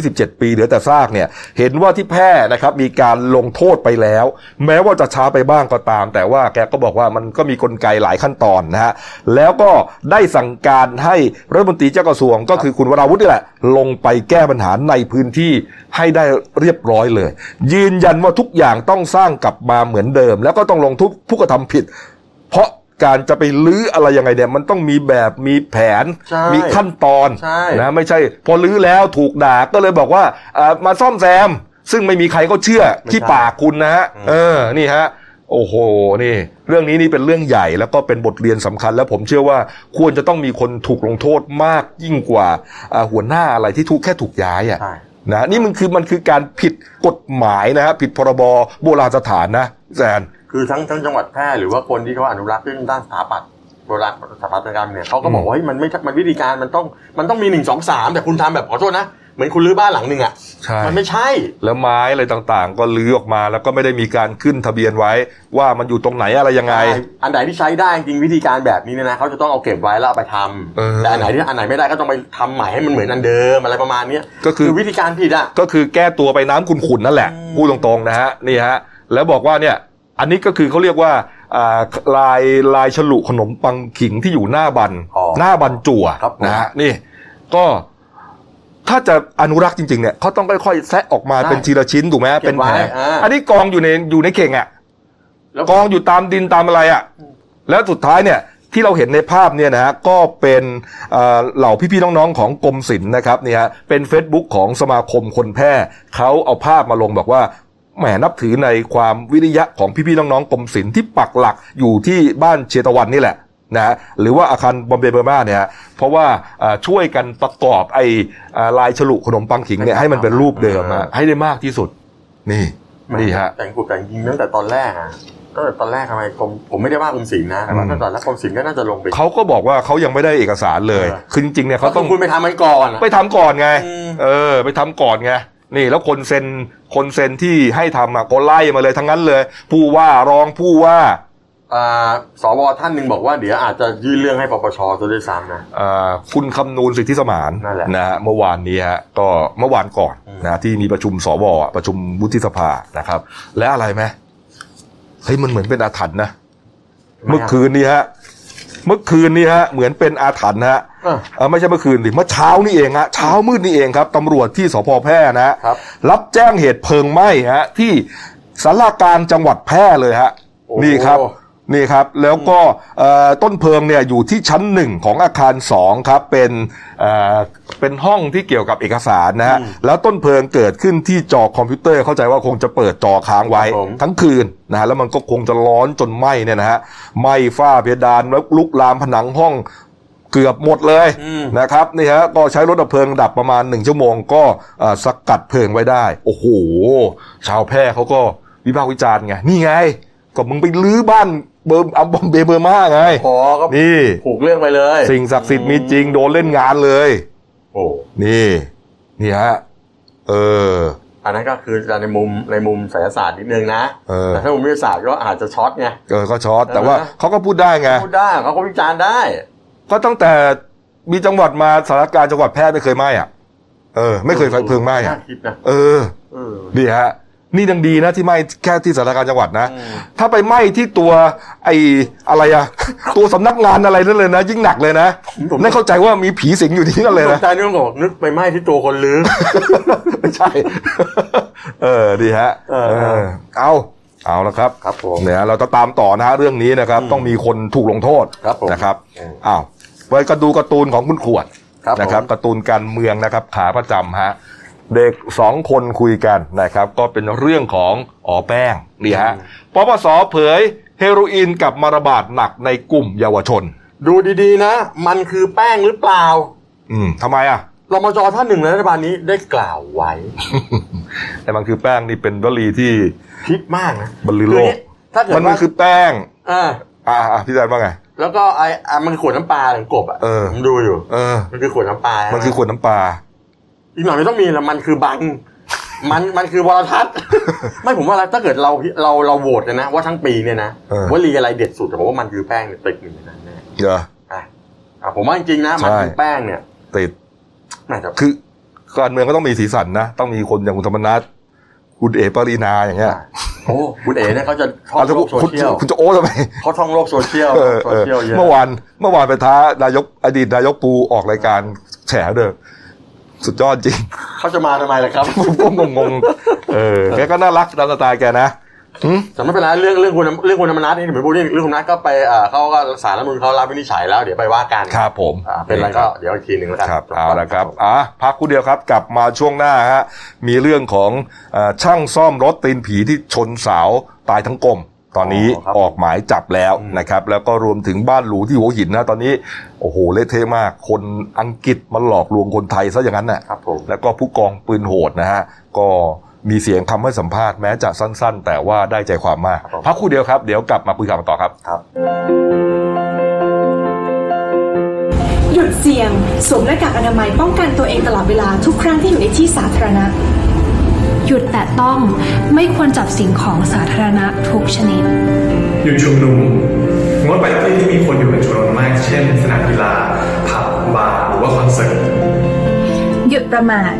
Speaker 1: 127 ปีเหลือแต่ซากเนี่ยเห็นว่าที่แพร่นะครับมีการลงโทษไปแล้ว แม้ว่าจะช้าไปบ้างก็ตาม แต่ว่าแกก็บอกว่ามันก็มีกลไกหลายขั้นตอนนะฮะแล้วก็ได้สั่งการให้รัฐมนตรีเจ้ากระทรวงก็คือคุณวราวุฒินี่แหละ ลงไปแก้ปัญหาในพื้นที่ให้ได้เรียบร้อยเลย ยืนยันว่าทุกอย่างต้องสร้างกลับมาเหมือนเดิม แล้วก็ต้องลงทุกผู้กระทำผิด เพราะการจะไปลื้ออะไรยังไงเนี่ยมันต้องมีแบบมีแผน
Speaker 2: ใช่
Speaker 1: มีขั้นตอน
Speaker 2: ใช่
Speaker 1: นะไม่ใช่ พอลื้อแล้วถูกด่าก็เลยบอกว่าเอ่อมาซ่อมแซม ซึ่งไม่มีใครก็เชื่อที่ปากคุณนะฮะเออนี่ฮะ โอ้โหนี่ เรื่องนี้นี่เป็นเรื่องใหญ่แล้วก็เป็นบทเรียนสำคัญ แล้วผมเชื่อว่าควรจะต้องมีคนถูกลงโทษมากยิ่งกว่าอ่าหัวหน้าอะไรที่ถูกแค่ถูกย้ายอ่ะ
Speaker 2: ใช่
Speaker 1: นะนี่มันคือมันคือการผิดกฎหมายนะฮะผิดพรบโบราณสถานนะแซน
Speaker 2: คือทั้งทั้งจังหวัดแพร่หรือว่าคนที่เขาอนุรักษ์เรื่องด้านสถาปัตย์โบราณสถาปัตยกรรมเนี่ยเขาก็บอก
Speaker 1: อืม
Speaker 2: ว่าเฮ้ยมันไม่ทักมันวิธีการมันต้องมันต้องมีหนึ่งสองสามแต่คุณทำแบบขอโทษนะ เหมือนคุณรื้อบ้านหลังหนึ่งอ่ะ
Speaker 1: ใช่
Speaker 2: มันไม่ใช่
Speaker 1: แล้วไม้อะไรต่างๆ ก็ลื้อออกมาแล้วก็ไม่ได้มีการขึ้นทะเบียนไว้ ว่ามันอยู่ตรงไหนอะไรยังไง
Speaker 2: อันไหนที่ใช้ได้จริงวิธีการแบบนี้เนี่ยนะเขาจะต้องเอาเก็บไว้แล้วเอาไปทำ
Speaker 1: เออ
Speaker 2: แต่อันไหนที่อันไหนไม่ได้ก็ต้องไปทำใหม่ให้มันเหมือนอันเดิมอะไรประมาณเนี้ย
Speaker 1: ก็คือ
Speaker 2: วิธีการผิดอ่ะ
Speaker 1: ก็คือแก้ตัวไปน้ำขุนขุนๆนั่นแหละ
Speaker 2: อืม
Speaker 1: พูดตรงๆนะฮะนี่ฮะแล้วบอกว่าเนี่ยอันนี้ก็คือเขาเรียกว่าอ่าลายลายฉลุขนมปังขิงที่อยู่หน้าบัน
Speaker 2: อ๋อ
Speaker 1: หน้าบันจั่ว
Speaker 2: ครับผม
Speaker 1: นะฮะนี่ก็ถ้าจะอนุรักษ์จริงๆเนี่ยเขาต้องค่อยๆแซะออกมาเป็นทีละชิ้นถูกไหมเป็นแผลอันนี้กองอยู่ในอยู่ในเข่งอ่ะ
Speaker 2: แล้ว
Speaker 1: กองอยู่ตามดินตามอะไรอะ่ะ แล้วสุดท้ายเนี่ยที่เราเห็นในภาพเนี่ยนะฮะก็เป็นเอ่อเหล่าพี่ๆน้องๆของกรมศิลป์นะครับเนี่ยฮะเป็น Facebook ของสมาคมคนแพร่เขาเอาภาพมาลงบอกว่าแหมนับถือในความวิริยะของพี่ๆน้องๆกรมศิลป์ที่ปักหลักอยู่ที่บ้านเชตวันนี่แหละนะฮะหรือว่าอาคารบอมเบย์เบอร์มาเนี่ยฮะเพราะว่าเอ่อช่วยกันประกอบไอ้เอ่อลายฉลุขนมปังขิงเนี่ยให้มันเป็นรูปเดิมอะให้ได้มากที่สุด นี่นี่ฮะ
Speaker 2: แต่งกูแต่งยิงตั้งแต่ตอนแรกอ่ะตั้งแต่ตอนแรกทำไมผมผมไม่ได้ว่ากรมศิลป์นะแต่ว่า
Speaker 1: อืม
Speaker 2: ตั้งแต่ตอนแรกกรมศิลป์ก็น่าจะลงไป
Speaker 1: เขาก็บอกว่าเขายังไม่ได้เอกสารเลย
Speaker 2: เออ
Speaker 1: คือจริงๆเนี่ยเขา
Speaker 2: ต้
Speaker 1: ต้
Speaker 2: อ
Speaker 1: อง ง
Speaker 2: คุณไปทำมันก่อนอะ
Speaker 1: ไปทำก่อนไง
Speaker 2: อืม
Speaker 1: เออ ไปทำก่อนไง นี่แล้วคนเซ็น คนเซ็นที่ให้ทำอ่ะก็ไล่มาเลยทั้งนั้นเลย ผู้ว่ารองผู้ว่า
Speaker 2: อ่าสวท่านหนึ่งบอกว่าเดี๋ยวอาจจะยื่นเรื่องให้ปปชซะด้วยซ้ำนะ
Speaker 1: เอ่อคุณคำนูนสิทธิสมาน
Speaker 2: นั่นแหละ
Speaker 1: ฮะเมื่อวานนี้ฮะก็เมื่อวานก่อน
Speaker 2: อืม
Speaker 1: นะที่มีประชุมสวอ่ะประชุมวุฒิสภานะครับ และอะไรไหมเฮ้ยมันเหมือนเป็นอาถรรพ์นะเมื่อคืนนี้ฮะ เมื่อคืนนี้ฮะ เหมือนเป็นอาถรรพ์ฮะ
Speaker 2: อ่ะ
Speaker 1: เอ่อไม่ใช่เมื่อคืนดิเมื่อเช้านี่เองฮะเช้ามืดนี่เองครับตำรวจที่สพแพร่นะฮะ
Speaker 2: ครับ
Speaker 1: รับแจ้งเหตุเพลิงไหม้ฮะที่สารากลางจังหวัดแพร่เลยฮะ
Speaker 2: โอ้โห
Speaker 1: นี่ครับ นี่ครับแล้วก็เอ่อต้นเพลิงเนี่ยอยู่ที่ชั้นหนึ่งของอาคารสองครับเป็นเอ่อเป็นห้องที่เกี่ยวกับเอกสารนะฮะ
Speaker 2: อืม
Speaker 1: แล้วต้นเพลิงเกิดขึ้นที่จอคอมพิวเตอร์เข้าใจว่าคงจะเปิดจอค้างไว้
Speaker 2: ครับผม
Speaker 1: ทั้งคืนนะฮะแล้วมันก็คงจะร้อนจนไหม้เนี่ยนะฮะไหม้ฝ้าเพดานแล้วลุกลามผนังห้องเกือบหมดเลย
Speaker 2: อืม
Speaker 1: นะครับนี่ฮะก็ใช้รถดับเพลิงดับประมาณหนึ่งชั่วโมงก็เอ่อสกัดเพลิงไว้ได้ โอ้โห ชาวแพร่เขาก็วิพากษ์วิจารณ์ไง นี่ไง ก็มึงไปลื้อบ้านเบอร์อัมบอมเบย์เบอร์มาไง
Speaker 2: พอก็
Speaker 1: นี่
Speaker 2: ผูกเรื่องไปเลย
Speaker 1: สิ่งศักดิ์สิทธิ์มีจริงโดนเล่นงานเลย
Speaker 2: โอ้
Speaker 1: นี่ นี่ฮะ เออ
Speaker 2: อันนั้นก็คือในมุมในมุมไสยศาสตร์นิดนึงนะ
Speaker 1: เออ
Speaker 2: แต่ถ้ามุมวิทยาศาสตร์ก็อาจจะช็อตไง
Speaker 1: เออก็ช็อต แต่
Speaker 2: เออนะ
Speaker 1: ว่าเขาก็พูดได้ไง
Speaker 2: พูดได้เขาก็วิจารณ์ได้
Speaker 1: ก็ตั้งแต่มีจังหวัดมาสถานการณ์จังหวัดแพร่ไม่เคยไหม้อ่ะ เออ ไม่เคยไฟเพลิงไหม้อ่ะ
Speaker 2: น่าคิดนะ
Speaker 1: เออ
Speaker 2: เออ
Speaker 1: นี่ฮะ นี่ยังดีนะที่ไหม่แค่ที่สารการจังหวัดนะ
Speaker 2: อืม
Speaker 1: ถ้าไปไหม้ที่ตัวไอ้อะไรอะ ตัวสำนักงานอะไรนั่นเลยนะ ยิ่งหนักเลยนะนั่นเข้าใจว่ามีผีสิงอยู่ที่นั่นเลย
Speaker 2: ต
Speaker 1: นะ
Speaker 2: กใจนึกว่านึกไปไหม้ที่ตัวคนลื้อ
Speaker 1: ไม่ใช่ เออดีฮะ
Speaker 2: เออ
Speaker 1: เอาเอาละครับ
Speaker 2: ครับผม
Speaker 1: เนี่ยเราจะตามต่อนะฮะเรื่องนี้นะครับ
Speaker 2: อืม
Speaker 1: ต้องมีคนถูกลงโทษ
Speaker 2: ครับผม
Speaker 1: นะครับ
Speaker 2: อืม
Speaker 1: อ้าวไปกระดูการ์ตูนของคุณขวด
Speaker 2: ครับผม
Speaker 1: นะครับการ์ตูนการเมืองนะครับขาประจำฮะเด็กสองคนคุยกันนะครับก็เป็นเรื่องของอ๋อแป้งนี่ฮะ
Speaker 2: อืม
Speaker 1: ปปสเผยเฮโรอีนกลับมาระบาดหนักในกลุ่มเยาวชน
Speaker 2: ดูดีๆนะ มันคือแป้งหรือเปล่า
Speaker 1: อืมทำไมอ่ะ
Speaker 2: รมจท่านหนึ่งในรัฐบาลนี้ได้กล่าวไว้
Speaker 1: แต่มันคือแป้งนี่เป็นวลีที่
Speaker 2: พิษมากนะ
Speaker 1: บรรลือโลก
Speaker 2: คืเนี่ยถ้าเกิด
Speaker 1: มันมั
Speaker 2: ว่าน
Speaker 1: คือแป้ง
Speaker 2: อ่า
Speaker 1: อ่าอ่าพี่แดนว่าไง
Speaker 2: แล้วก็ไอ้อ่ะมันคือขวดน้ำปลาหรือกบอ่ะ
Speaker 1: เออ
Speaker 2: ผมดูอยู่
Speaker 1: เออ
Speaker 2: มันคือขวดน้ำปลา
Speaker 1: มั
Speaker 2: มัน
Speaker 1: คือขวดน้ำปลา
Speaker 2: อีกหน่อยไม่ต้องมีแล้วมันคือบัง มันมันคือวรทัศน์ ไม่ผมว่าถ้าเกิดเราเราเราโหวตกันนะว่าทั้งปีเนี่ยนะ
Speaker 1: เออ
Speaker 2: วลีอะไรเด็ดสุดแต่ผมว่ามันคือแป้งเนี่ยติดอยู่ในนั้นแน่
Speaker 1: เหรอ
Speaker 2: อ่ะอ่ะผมว่าจริงๆนะ มันคือ
Speaker 1: ใช่
Speaker 2: แป้งเนี่ย
Speaker 1: ติด
Speaker 2: น่าจะ
Speaker 1: คือการเมืองก็ต้องมีสีสันนะ ต้องมีคนอย่างคุณธรรมนัฐคุณเอปรีนาอย่างเงี้ย
Speaker 2: โอ้คุณเอ๋เนี่ยเขาจะท่อง
Speaker 1: แล้ว
Speaker 2: โลกโซ
Speaker 1: คุณ
Speaker 2: เชียล
Speaker 1: คุณจะโอ้ทำไม
Speaker 2: เขาท่องโลกโซเชียล
Speaker 1: เออ
Speaker 2: โซ
Speaker 1: เออ
Speaker 2: เชียลเยอะ
Speaker 1: เมื่อวานเมื่อวานไปท้านายกอดีตนายกปูออกรายการแฉเด้อสุดยอดจริง
Speaker 2: เขาจะมาทำไมล่ะครับ
Speaker 1: ผมก็งงๆเออแกก็น่ารักตามสไตล์แกนะหึ
Speaker 2: แต่ไม่เป็นไรเรื่องเรื่องคุณเรื่องคุณธรรมนัฐนี่ผมพูดเรื่องเรื่องคุณธรรมนัฐก็ไปเอ่อเขาก็สารรัฐธรรมนุนเขารับวินิจฉัยแล้วเดี๋ยวไปว่ากัน
Speaker 1: ครับผม
Speaker 2: อ่าเป็นไรก็เดี๋ยวอีกทีหนึ่งแล้วกัน
Speaker 1: ครับเอาละครับอ่ะพักครู่เดียวครับ กลับมาช่วงหน้าฮะมีเรื่องของเอ่อช่างซ่อมรถตีนผีที่ชนเสาวตายทั้งกลม ตอนนี้
Speaker 2: อ๋อครับ
Speaker 1: ออกหมายจับแล้ว
Speaker 2: อืม
Speaker 1: นะครับ แล้วก็รวมถึงบ้านหรูที่หัวหินนะตอนนี้โอ้โหเละเทะมาก คนอังกฤษมาหลอกลวงคนไทยซะอย่างนั้นน่ะ
Speaker 2: ครับผม
Speaker 1: แล้วก็ผู้กองปืนโหดนะฮะ ก็มีเสียงคำให้สัมภาษณ์แม้จะสั้น ๆ แต่ว่าได้ใจความมาก
Speaker 2: ครับผม
Speaker 1: พักครู่เดียวครับ เดี๋ยวกลับมาคุยข่าวกันต่อครับ
Speaker 2: ครับ
Speaker 3: หยุดเสี่ยงสวมหน้ากากอนามัยป้องกันตัวเองตลอดเวลาทุกครั้งที่อยู่ในที่สาธารณะ
Speaker 4: หยุดแตะต้องไม่ควรจับสิ่งของสาธารณะทุกชนิด
Speaker 5: หยุดชุมนุมงดไปที่ที่มีคนอยู่เป็นจำนวนมาก เช่น สนามกีฬา ผับบาร์หรือว่าคอนเสิร์ต
Speaker 6: หยุดประมาท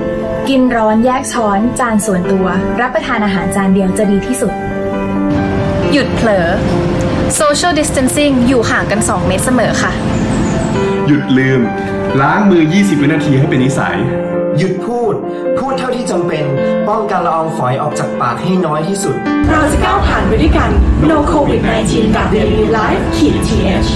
Speaker 6: กินร้อนแยกช้อนจานส่วนตัว รับประทานอาหารจานเดียวจะดีที่สุด
Speaker 7: หยุดเผลอ Social Distancing อยู่ห่างกัน 2 เมตรเสมอค่ะ
Speaker 8: หยุดลืม ล้างมือ 20 วินาทีให้เป็นนิสัย
Speaker 9: หยุดพูด พูดเท่าที่จำเป็น ป้องกันละอองฝอยออกจากปากให้น้อยที่สุด
Speaker 3: เราจะก้าวผ่านไปด้วยกัน No COVID 19กับ Daily Life ขีด th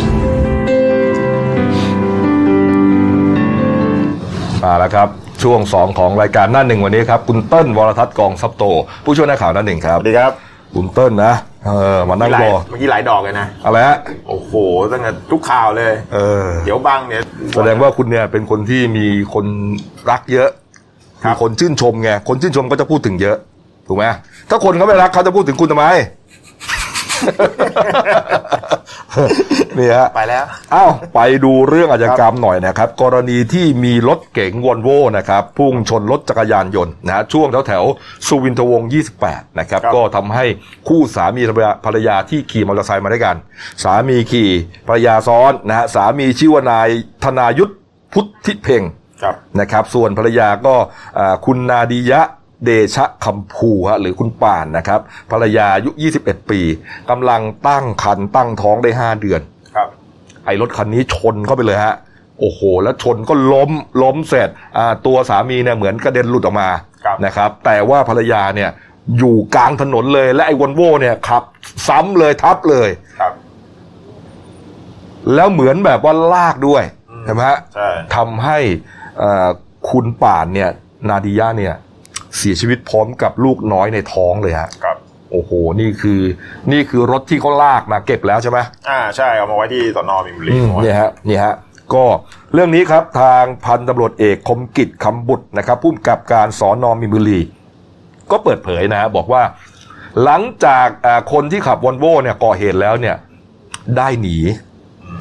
Speaker 1: มาแล้วครับ ช่วง 2 ของรายการหน้าหนึ่งวันนี้ครับ คุณเติ้ลวรทัศน์กองซับโต ผู้ช่วยหน้าข่าวหน้าหนึ่งครั
Speaker 2: ส
Speaker 1: บ
Speaker 2: วัสดีครับ
Speaker 1: คุณเติ้ลนะเออมานั่ง
Speaker 2: หลารย
Speaker 1: อ
Speaker 2: เมื่อกี้หลายดอกเลยนะ
Speaker 1: อะไรฮะ
Speaker 2: โอ้โหตั้งแต่ทุกข่าวเลย
Speaker 1: เออ
Speaker 2: เดี๋ยวบังเนี่ย
Speaker 1: แสดงว่าคุณเนี่ยเป็นคนที่มีคนรักเยอะมีคนชื่นชมไงคนชื่นชมก็จะพูดถึงเยอะถูกไหมถ้าคนเขาไม่รักเขาจะพูดถึงคุณทำไม นี่ฮะ
Speaker 2: ไปแล้ว
Speaker 1: อ้าวไปดูเรื่องอาชญากรรมหน่อยนะครับ กรณีที่มีรถเก๋งวอลโวนะครับพุ่งชนรถจักรยานยนต์นะฮะช่วงแถวแถวๆสุวินทวงศ์28 นะครับ
Speaker 2: ครับ
Speaker 1: ก็ทำให้คู่สามีภรรยาที่ขี่มอเตอร์ไซค์มาด้วยกัน สามีขี่ภรรยาซ้อนนะฮะสามีชื่อว่านายธนายุทธพุทธิเพ่ง
Speaker 2: ครับ
Speaker 1: นะครับส่วนภรรยาก็อ่าคุณนาดียะเดชะคำภูฮะหรือคุณป่านนะครับภรรยาอายุ 21 ปีกำลังตั้งครรภ์ตั้งท้องได้ 5 เดือน
Speaker 2: ครับ
Speaker 1: ไอ้รถคันนี้ชนเข้าไปเลยฮะโอ้โห แล้วชนก็ล้มล้มเสร็จอ่าตัวสามีเนี่ยเหมือนกระเด็นหลุดออกมา
Speaker 2: ครับ
Speaker 1: นะครับแต่ว่าภรรยาเนี่ยอยู่กลางถนนเลยและไอ้วอลโว่เนี่ยขับซ้ำเลยทับเลย
Speaker 2: ครับ
Speaker 1: แล้วเหมือนแบบว่าลากด้วย
Speaker 2: อืม
Speaker 1: ใช่ไหมฮะ
Speaker 2: ใช่
Speaker 1: ทำให้เอ่อคุณป่านเนี่ยนาดิยาเนี่ยเสียชีวิตพร้อมกับลูกน้อยในท้องเลยฮะ
Speaker 2: ครับ
Speaker 1: โอ้โหนี่คือนี่คือรถที่เขาลากมาเก็บแล้วใช่ไหม
Speaker 2: อ่าใช่เอามาไว้ที่สนมีนบุรี
Speaker 1: อืมเนี่ยฮะเนี่ยฮะก็เรื่องนี้ครับทางพันตำรวจเอกคมกิจคำบุตรนะครับผู้กำกับการสอนอมินบุรี ก็เปิดเผยนะฮะบอกว่า หลังจากเอ่อคนที่ขับวอลโว่เนี่ยก่อเหตุแล้วเนี่ยได้หนี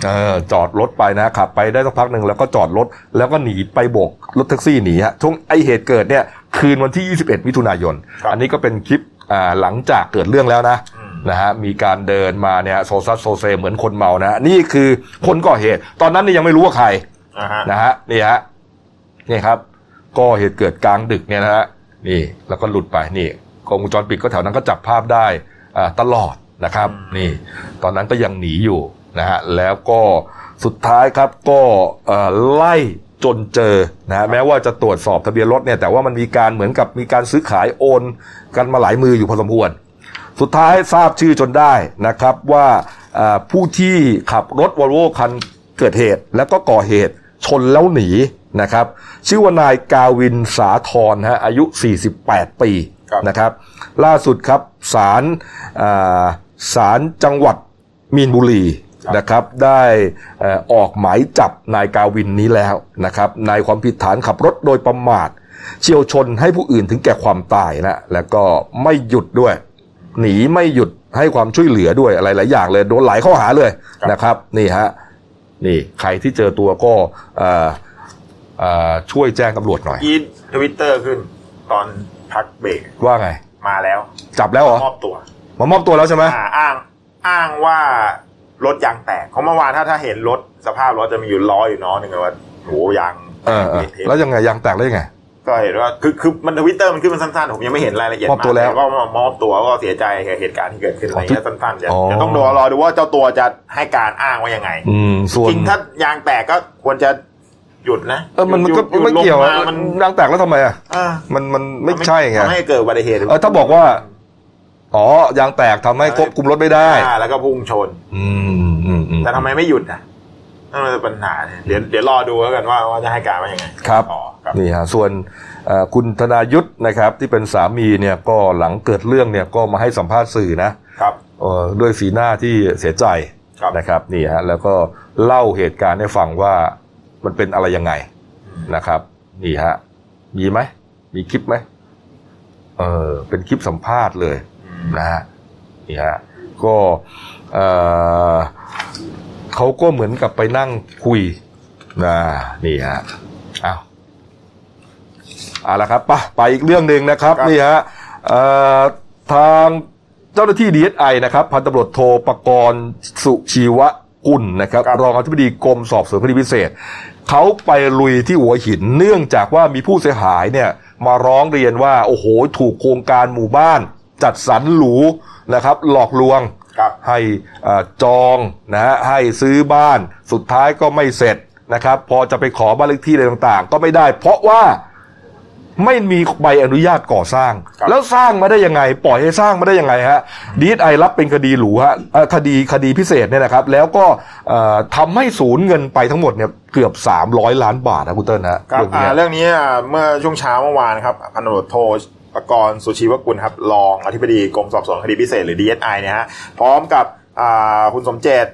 Speaker 1: เออจอดรถไปนะขับไปได้สักพักหนึ่งแล้วก็จอดรถ แล้วก็หนีไปโบกรถแท็กซี่หนีฮะช่วงไอเหตุเกิดเนี่ยคืนวันที่ 21 มิถุนายน
Speaker 2: ครับ
Speaker 1: อันนี้ก็เป็นคลิปอ่าหลังจากเกิดเรื่องแล้วนะ
Speaker 2: อืม
Speaker 1: นะฮะมีการเดินมาเนี่ยโซซัสโซเซเหมือนคนเมานะนี่คือคนก่อเหตุ ตอนนั้นเนี่ยยังไม่รู้ว่าใคร
Speaker 2: อ่าฮะ
Speaker 1: นะฮะนี่ฮะนี่ครับ ก็เหตุเกิดกลางดึกเนี่ยนะฮะนี่แล้วก็หลุดไปนี่กล้องวงจรปิดก็แถวนั้นก็จับภาพได้อ่าตลอดนะครับ นี่ ตอนนั้นก็ยังหนีอยู่นะฮะแล้วก็สุดท้ายครับก็เอ่อไล่จนเจอนะฮะแม้ว่าจะตรวจสอบทะเบียนรถเนี่ยแต่ว่ามันมีการเหมือนกับมีการซื้อขายโอนกันมาหลายมืออยู่พอสมควร สุดท้ายทราบชื่อจนได้นะครับว่าเอ่อผู้ที่ขับรถวอลโวคันเกิดเหตุ แล้วก็ก่อเหตุชนแล้วหนีนะครับ ชื่อว่านายกาวินสาธรฮะอายุ 48 ปี
Speaker 2: ครับ
Speaker 1: นะครับ ล่าสุดครับศาลอ่าศาลจังหวัดมีนบุรี นะครับได้เอ่อออกหมายจับนายกาวินนี้แล้วนะครับในความผิดฐานขับรถโดยประมาท เฉียวชนให้ผู้อื่นถึงแก่ความตายนะแล้วก็ไม่หยุดด้วย หนีไม่หยุดให้ความช่วยเหลือด้วยอะไรหลายอย่างเลยโดนหลายข้อหาเลยนะครับนี่ฮะนี่ใครที่เจอตัวก็เอ่อเอ่อช่วยแจ้งตำรวจหน่อย
Speaker 10: ยีดทวิตเตอร์ขึ้น ตอนพักเบรก
Speaker 1: ว่าไง
Speaker 10: มาแล้ว
Speaker 1: จับแล้วเหรอ
Speaker 10: มอบตัว
Speaker 1: มามอบตัวแล้วใช่ไหม
Speaker 10: อ่าอ้างอ้างว่ารถยางแตกเขาะเมื่อวานถ้าถ้าเห็นรถสภาพรถจะมีอยู่ล้ออยู่น้อหนึ่งเลยว่าโหยาง
Speaker 1: เออเออ
Speaker 10: เละเทะ
Speaker 1: แล้วยังไงยางแตกแล้วยังไง
Speaker 10: ก็เห็นว่าคือคือมันทวิตเตอร์มันขึ้นมันสั้นๆ ผมยังไม่เห็นรายละเอียด
Speaker 1: มอบตัวแล้ว
Speaker 10: ก็มามอบตัวก็เสียใจกับเหตุการณ์ที่เกิดขึ้นอะไรเงี้ยสั้นๆจะ
Speaker 1: อ๋อ
Speaker 10: จะต้องรอรอดูว่าเจ้าตัวจะให้การอ้างว่ายังไง
Speaker 1: อืมส่วน
Speaker 10: จริงถ้ายางแตกก็ควรจะหยุดนะ
Speaker 1: เออมันมัน
Speaker 10: ห
Speaker 1: ก็
Speaker 10: ยุดหยุด
Speaker 1: ไม่เกี่ยว
Speaker 10: ล
Speaker 1: อะ
Speaker 10: งามัน
Speaker 1: ยางแตกแล้วทำไมอ่ะ
Speaker 10: อ่า
Speaker 1: มันมันไม่ใช่ไง
Speaker 10: ทำให้เกิดอุบัติเหตุ
Speaker 1: เออถ้าบอกว่าอ๋อยางแตกทำให้ควบคุมรถไม่ได้
Speaker 10: อ่าแล้วก็พุ่งชน
Speaker 1: อืมอืมอืม
Speaker 10: แต่ทำไมไม่หยุดอ่ะนั่นมันเป็นปัญหาเนี่ยเดี๋ยวเดี๋ยวรอดูแล้วกันว่าว่าจะให้การว่ายังไง
Speaker 1: ครับ
Speaker 10: อ๋อครับ
Speaker 1: นี่ฮะส่วนเอ่อคุณธนายุทธนะครับที่เป็นสามีเนี่ยก็หลังเกิดเรื่องเนี่ยก็มาให้สัมภาษณ์สื่อนะครับ เอ่อด้วยสีหน้าที่เสียใจ
Speaker 10: ครับ
Speaker 1: นะครับนี่ฮะแล้วก็เล่าเหตุการณ์ให้ฟังว่ามันเป็นอะไรยังไงนะครับนี่ฮะมีไหมมีคลิปไหมเออเป็นคลิปสัมภาษณ์เลยนะฮะนี่ฮะก็เออเขาก็เหมือนกับไปนั่งคุยนะนี่ฮะอ้าว เอาละครับไปไปอีกเรื่องหนึ่งนะครับ
Speaker 10: ครับ
Speaker 1: นี่ฮะเอ่อทางเจ้าหน้าที่ดีเอสไอนะครับพันตำรวจโทรประกรณ์สุชีวกุลนะครับ รองอธิบดีกรมสอบสวนคดีพิเศษ เขาไปลุยที่หัวหินเนื่องจากว่ามีผู้เสียหายเนี่ยมาร้องเรียนว่า โอ้โห ถูกโครงการหมู่บ้าน จัดสรรหรูนะครับ หลอกลวง
Speaker 10: ครับ
Speaker 1: ให้เอ่อจองนะฮะให้ซื้อบ้านสุดท้ายก็ไม่เสร็จนะครับ พอจะไปขอบ้านเลขที่อะไรต่างๆ ก็ไม่ได้ เพราะว่าไม่มีใบอนุญาตก่อสร้าง
Speaker 10: ครับ
Speaker 1: แล้วสร้างมาได้ยังไง ปล่อยให้สร้างมาได้ยังไงฮะดีไอรับเป็นคดีหรูฮะเอ่อคดีคดีพิเศษเนี่ยนะครับ แล้วก็เอ่อทำให้สูญเงินไปทั้งหมดเนี่ยเกือบ 300 ล้านบาทนะคุณเติ้ลนะฮะ
Speaker 10: ครับ
Speaker 1: เรื่อง
Speaker 10: อ่า
Speaker 1: เนี้ย
Speaker 10: เรื่องนี้อ่ะเมื่อช่วงเช้าเมื่อวานครับพันตำรวจโทประกรณ์สุชีวกุลครับรองอธิบดีกรมสอบสวนคดีพิเศษหรือ DSI เนี่ยฮะพร้อมกับอ่าคุณสมเจต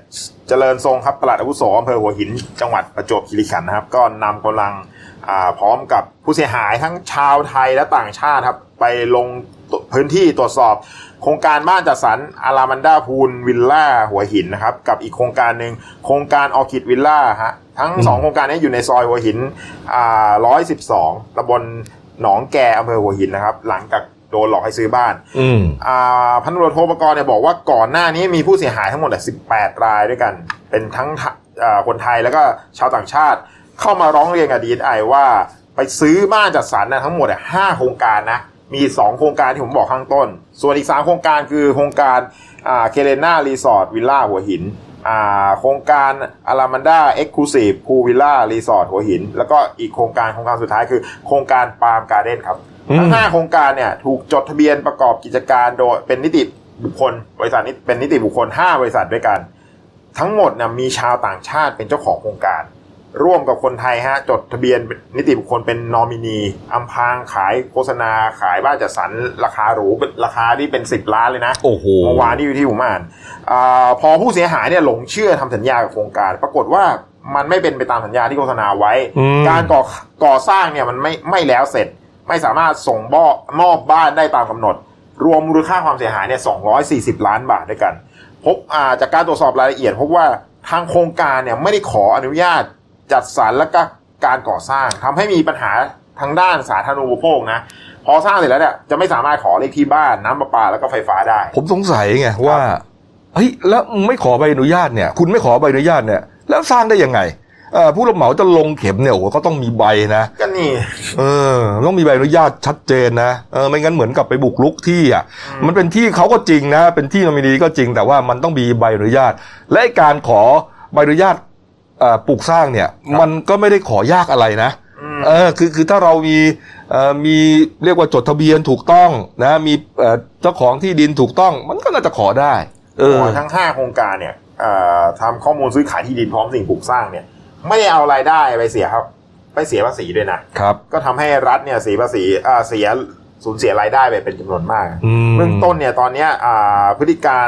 Speaker 10: เจริญทรงครับปลัดอาวุโสอำเภอหัวหิน จังหวัดประจวบคีรีขันธ์นะครับ ก็นำกำลังอ่าพร้อมกับผู้เสียหายทั้งชาวไทยและต่างชาติครับไปลงพื้นที่ตรวจสอบ โครงการบ้านจัดสรรอารามันดาพูลวิลล่าหัวหินนะครับกับอีกโครงการหนึ่งโครงการออคิดวิลล่าฮะทั้งสองโครงการนี้อยู่ในซอยหัวหินร้อยสิบสองตำบลหนองแกอำเภอหัวหินนะครับหลังจากโดนหลอกให้ซื้อบ้าน
Speaker 1: อืม
Speaker 10: อ่าพันตำรวจโทปกรณ์เนี่ยบอกว่าก่อนหน้านี้มีผู้เสียหายทั้งหมดสิบแปดรายด้วยกัน เป็นทั้งทะอ่าคนไทยแล้วก็ชาวต่างชาติ เข้ามาร้องเรียนกับดีไอว่าไปซื้อบ้านจัดสรรนะทั้งหมดอะห้าโครงการนะ มี 2 โครงการที่ผมบอกข้างต้น ส่วนอีก 3 โครงการคือโครงการเคเลนารีสอร์ทวิลล่าหัวหินอ่าโครงการอารามันดาเอ็กซ์คลูซีฟพูวิลล่ารีสอร์ทหัวหิน แล้วก็อีกโครงการโครงการสุดท้ายคือโครงการปาล์มการ์เด้นครับ ทั้งห้าโครงการเนี่ยถูกจดทะเบียนประกอบกิจการโดยเป็นนิติบุคคล บริษัทนี้เป็นนิติบุคคล 5 บริษัทด้วยกัน ทั้งหมดนะมีชาวต่างชาติเป็นเจ้าของโครงการ ร่วมกับคนไทยฮะจดทะเบียนนิติบุคคลเป็นนอมินีอำพรางขายโฆษณาขายบ้านจัดสรรราคาหรูเป็นราคาที่เป็น 10 ล้านเลยนะ
Speaker 1: โอ้โห
Speaker 10: เมื่อวานที่อยู่ที่ผมอ่านอาพอผู้เสียหายเนี่ยหลงเชื่อทำสัญญากับโครงการ ปรากฏว่ามันไม่เป็นไปตามสัญญาที่โฆษณาไว้
Speaker 1: อืม
Speaker 10: การก่อก่อสร้างเนี่ยมันไม่ไม่แล้วเสร็จ ไม่สามารถส่งบ้อมอบบ้านได้ตามกำหนด รวมมูลค่าความเสียหายเนี่ย240 ล้านบาทด้วยกัน พบอ่าจากการตรวจสอบรายละเอียดพบว่าทางโครงการเนี่ยไม่ได้ขออนุญาตจัดสรรและก็การก่อสร้างทำให้มีปัญหาทางด้านสาธารณูปโภคนะ พอสร้างเสร็จแล้วเนี่ยจะไม่สามารถขอเลขที่บ้านน้ำประปาแล้วก็ไฟฟ้าได้
Speaker 1: ผมสงสัยไงว่าเฮ้ยแล้วไม่ขอใบอนุญาตเนี่ย คุณไม่ขอใบอนุญาตเนี่ย แล้วสร้างได้ยังไงเอ่อผู้รับเหมาจะลงเข็มเนี่ยโอ้โหก็ต้องมีใบนะ
Speaker 10: ก็นี่
Speaker 1: เออต้องมีใบอนุญาตชัดเจนนะเออไม่งั้นเหมือนกับไปบุกลุกที่อ่ะมันเป็นที่เขาก็จริงนะ เป็นที่นอมินีก็จริงแต่ว่ามันต้องมีใบอนุญาต และไอ้การขอใบอนุญาตเอ่อปลูกสร้างเนี่ย มันก็ไม่ได้ขอยากอะไรนะ เออคือคือถ้าเรามีเอ่อมีเรียกว่าจดทะเบียนถูกต้องนะมีเอ่อเจ้าของที่ดินถูกต้อง มันก็น่าจะขอได้ เออ
Speaker 10: ขอทั้ง 5 โครงการเนี่ยเอ่อทำข้อมูลซื้อขายที่ดินพร้อมสิ่งปลูกสร้างเนี่ย ไม่ได้เอารายได้ไปเสียครับ ไปเสียภาษีด้วยนะ
Speaker 1: ครับ
Speaker 10: ก็ทำให้รัฐเนี่ยเสียภาษีเอ่อเสียสูญเสียรายได้ไปเป็นจำนวนมาก
Speaker 1: อืม
Speaker 10: เบื้องต้นเนี่ยตอนเนี้ยอ่าพฤติการ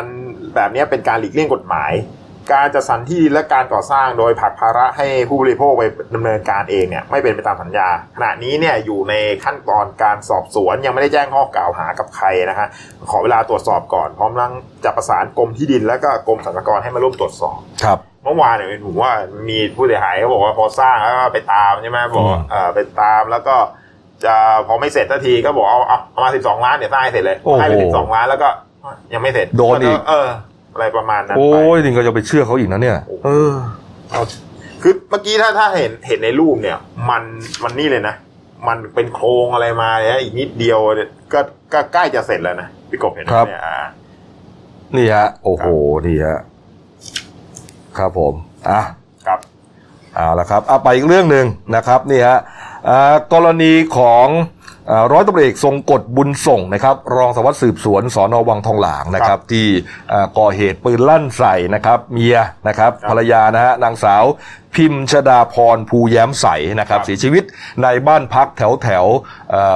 Speaker 10: แบบเนี้ยเป็นการหลีกเลี่ยงกฎหมาย การจัดสรรที่ดินและการก่อสร้างโดยผลักภาระให้ผู้บริโภคไปดำเนินการเองเนี่ยไม่เป็นไปตามสัญญา ขณะนี้เนี่ยอยู่ในขั้นตอนการสอบสวนยังไม่ได้แจ้งข้อกล่าวหากับใครนะฮะขอเวลาตรวจสอบก่อนพร้อมทั้งจะประสานกรมที่ดิน และก็กรมสรรพากรให้มาร่วมตรวจสอบ
Speaker 1: ครับ
Speaker 10: เมื่อวานเนี่ยผมว่ามีผู้เสียหายเขาบอกว่าพอสร้างแล้วก็ไปตามใช่ไหมบอกว่า
Speaker 1: อืม
Speaker 10: เอ่อไปตามแล้วก็จะพอไม่เสร็จสักทีก็บอกเอาเอาเอามาสิบสองล้านเดี๋ยวสร้างให้เสร็จเลย
Speaker 1: โอ้โห
Speaker 10: ให้ไปสิบสองล้านแล้วก็ยังไม่เสร็จ
Speaker 1: โดนอีก
Speaker 10: เออ อะไรประมาณนั้น
Speaker 1: โอ้
Speaker 10: ไป
Speaker 1: ยนี่ก็จะไปเชื่อเขาอีกนะเนี่ยเออ
Speaker 10: เอาคือเมื่อกี้ถ้าถ้าเห็นเห็นในรูปเนี่ย มันมันนี่เลยนะ มันเป็นโครงอะไรมาเนี่ยอีกนิดเดียวเนี่ยก็ก็ใกล้จะเสร็จแล้วนะพี่กบเห็นไหม
Speaker 1: ครับ
Speaker 10: เนี่ยอ่า
Speaker 1: นี่ฮะโอ้โหนี่ฮะครับผมอ่ะ
Speaker 10: ครับ
Speaker 1: เอาละครับอ่ะไปอีกเรื่องหนึ่งนะครับนี่ฮะอ่ากรณีของอ่าร้อยตำรวจเอกทรงกฎบุญส่งนะครับ รองสารวัสดิ์สืบสวนสอนอวังทองหลางนะครับ ที่อ่าก่อเหตุปืนลั่นใส่นะครับ เมียนะครับ ภรรยานะฮะนางสาว พิมชดาพรภูแย้มใสนะครับเสียชีวิตในบ้านพักแถวแถว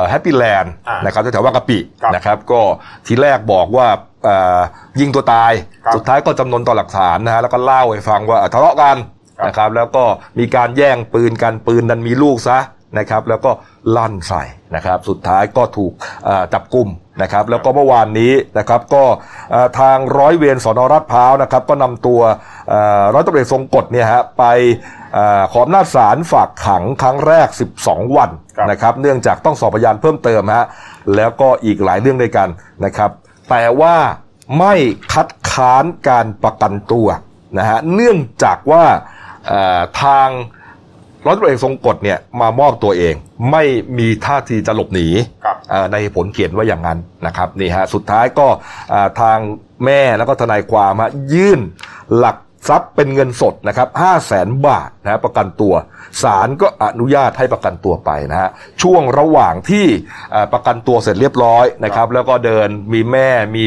Speaker 1: แฮปปี้แลนด์
Speaker 10: อ่าน
Speaker 1: นะครับแถวแถวบางกะปิ
Speaker 10: ครับ
Speaker 1: นะครับ ก็ทีแรกบอกว่าเอ่อยิงตัวตาย
Speaker 10: ครับ
Speaker 1: สุดท้ายก็จำนนต่อหลักฐานนะฮะแล้วก็เล่าให้ฟังว่าเอ่อทะเลาะกัน
Speaker 10: ครับ
Speaker 1: นะครับ แล้วก็มีการแย่งปืนกันปืนนั้นมีลูกซะนะครับ แล้วก็ลั่นใส่นะครับ สุดท้ายก็ถูกเอ่อจับกลุ่มนะครับ แล้วก็เมื่อวานนี้นะครับก็เอ่อทางร้อยเวรสอนอรัฐพร้าวนะครับ ก็นำตัวเอ่อร้อยตำรวจเอกทรงกฎเนี่ยฮะไปเอ่อขออำนาจศาลฝากขังครั้งแรก 12 วัน
Speaker 10: ครับ
Speaker 1: นะครับ เนื่องจากต้องสอบพยานเพิ่มเติมฮะแล้วก็อีกหลายเรื่องด้วยกันนะครับ แต่ว่าไม่คัดค้านการประกันตัวนะฮะเนื่องจากว่าเอ่อทางร้อยตำรวจเอกทรงกฎเนี่ยมามอบตัวเอง ไม่มีท่าทีจะหลบหนี
Speaker 10: ครับ
Speaker 1: เอ่อในเหตุผลเขียนว่าอย่างนั้นนะครับนี่ฮะสุดท้ายก็อ่าทางแม่แล้วก็ทนายความฮะยื่นหลักทรัพย์เป็นเงินสดนะครับห้าแสนบาทนะฮะประกันตัวศาลก็อนุญาตให้ประกันตัวไปนะฮะช่วงระหว่างที่เอ่อประกันตัวเสร็จเรียบร้อยนะครับ แล้วก็เดินมีแม่มี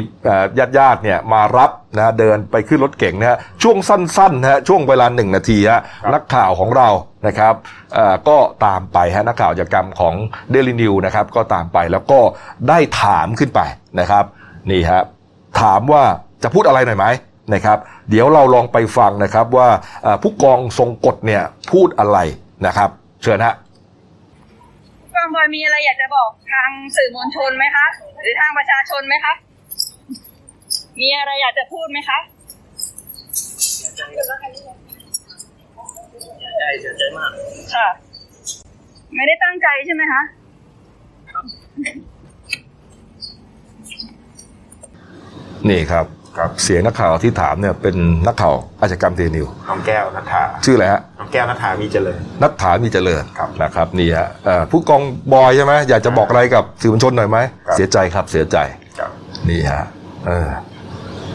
Speaker 1: ญาติญาติๆเนี่ยมารับนะฮะเดินไปขึ้นรถเก๋งนะฮะช่วงสั้นๆนะฮะช่วงเวลาหนึ่งนาทีฮะ
Speaker 10: ครับ
Speaker 1: นักข่าวของเรานะครับเอ่อก็ตามไปฮะนักข่าวอาชญากรรมของ เดลินิวนะครับก็ตามไปแล้วก็ได้ถามขึ้นไปนะครับนี่ครับถามว่าจะพูดอะไรหน่อยไหมนะครับ เดี๋ยวเราลองไปฟังนะครับว่าเอ่อผู้กองทรงกฎเนี่ยพูดอะไรนะครับ เชิญฮะ
Speaker 11: กองบอยมีอะไรอยากจะบอกทางสื่อมวลชนไหมคะ หรือทางประชาชนไหมคะ มีอะไรอยากจะพูดไหมคะ
Speaker 12: ใจเสียใจมาก
Speaker 11: ค่ะ ไม่ได้ตั้งใจใช่ไหมคะ
Speaker 1: นี่ครับเสียงนักข่าวที่ถามเนี่ยเป็นนักข่าวอาชญากรรมเดลินิว
Speaker 10: น้องแก้วนัทธา
Speaker 1: ชื่ออะไรฮะ
Speaker 10: น้องแก้วนัทธามีเจริญ
Speaker 1: นัทถามีเจริญนะครับนี่ฮะเอ่อผู้กองบอยใช่ไหมอยากจะบอกอะไรกับสื่อมวลชนหน่อยไหมเสียใจครับเสียใจ
Speaker 10: ครับ
Speaker 1: นี่ฮะเออ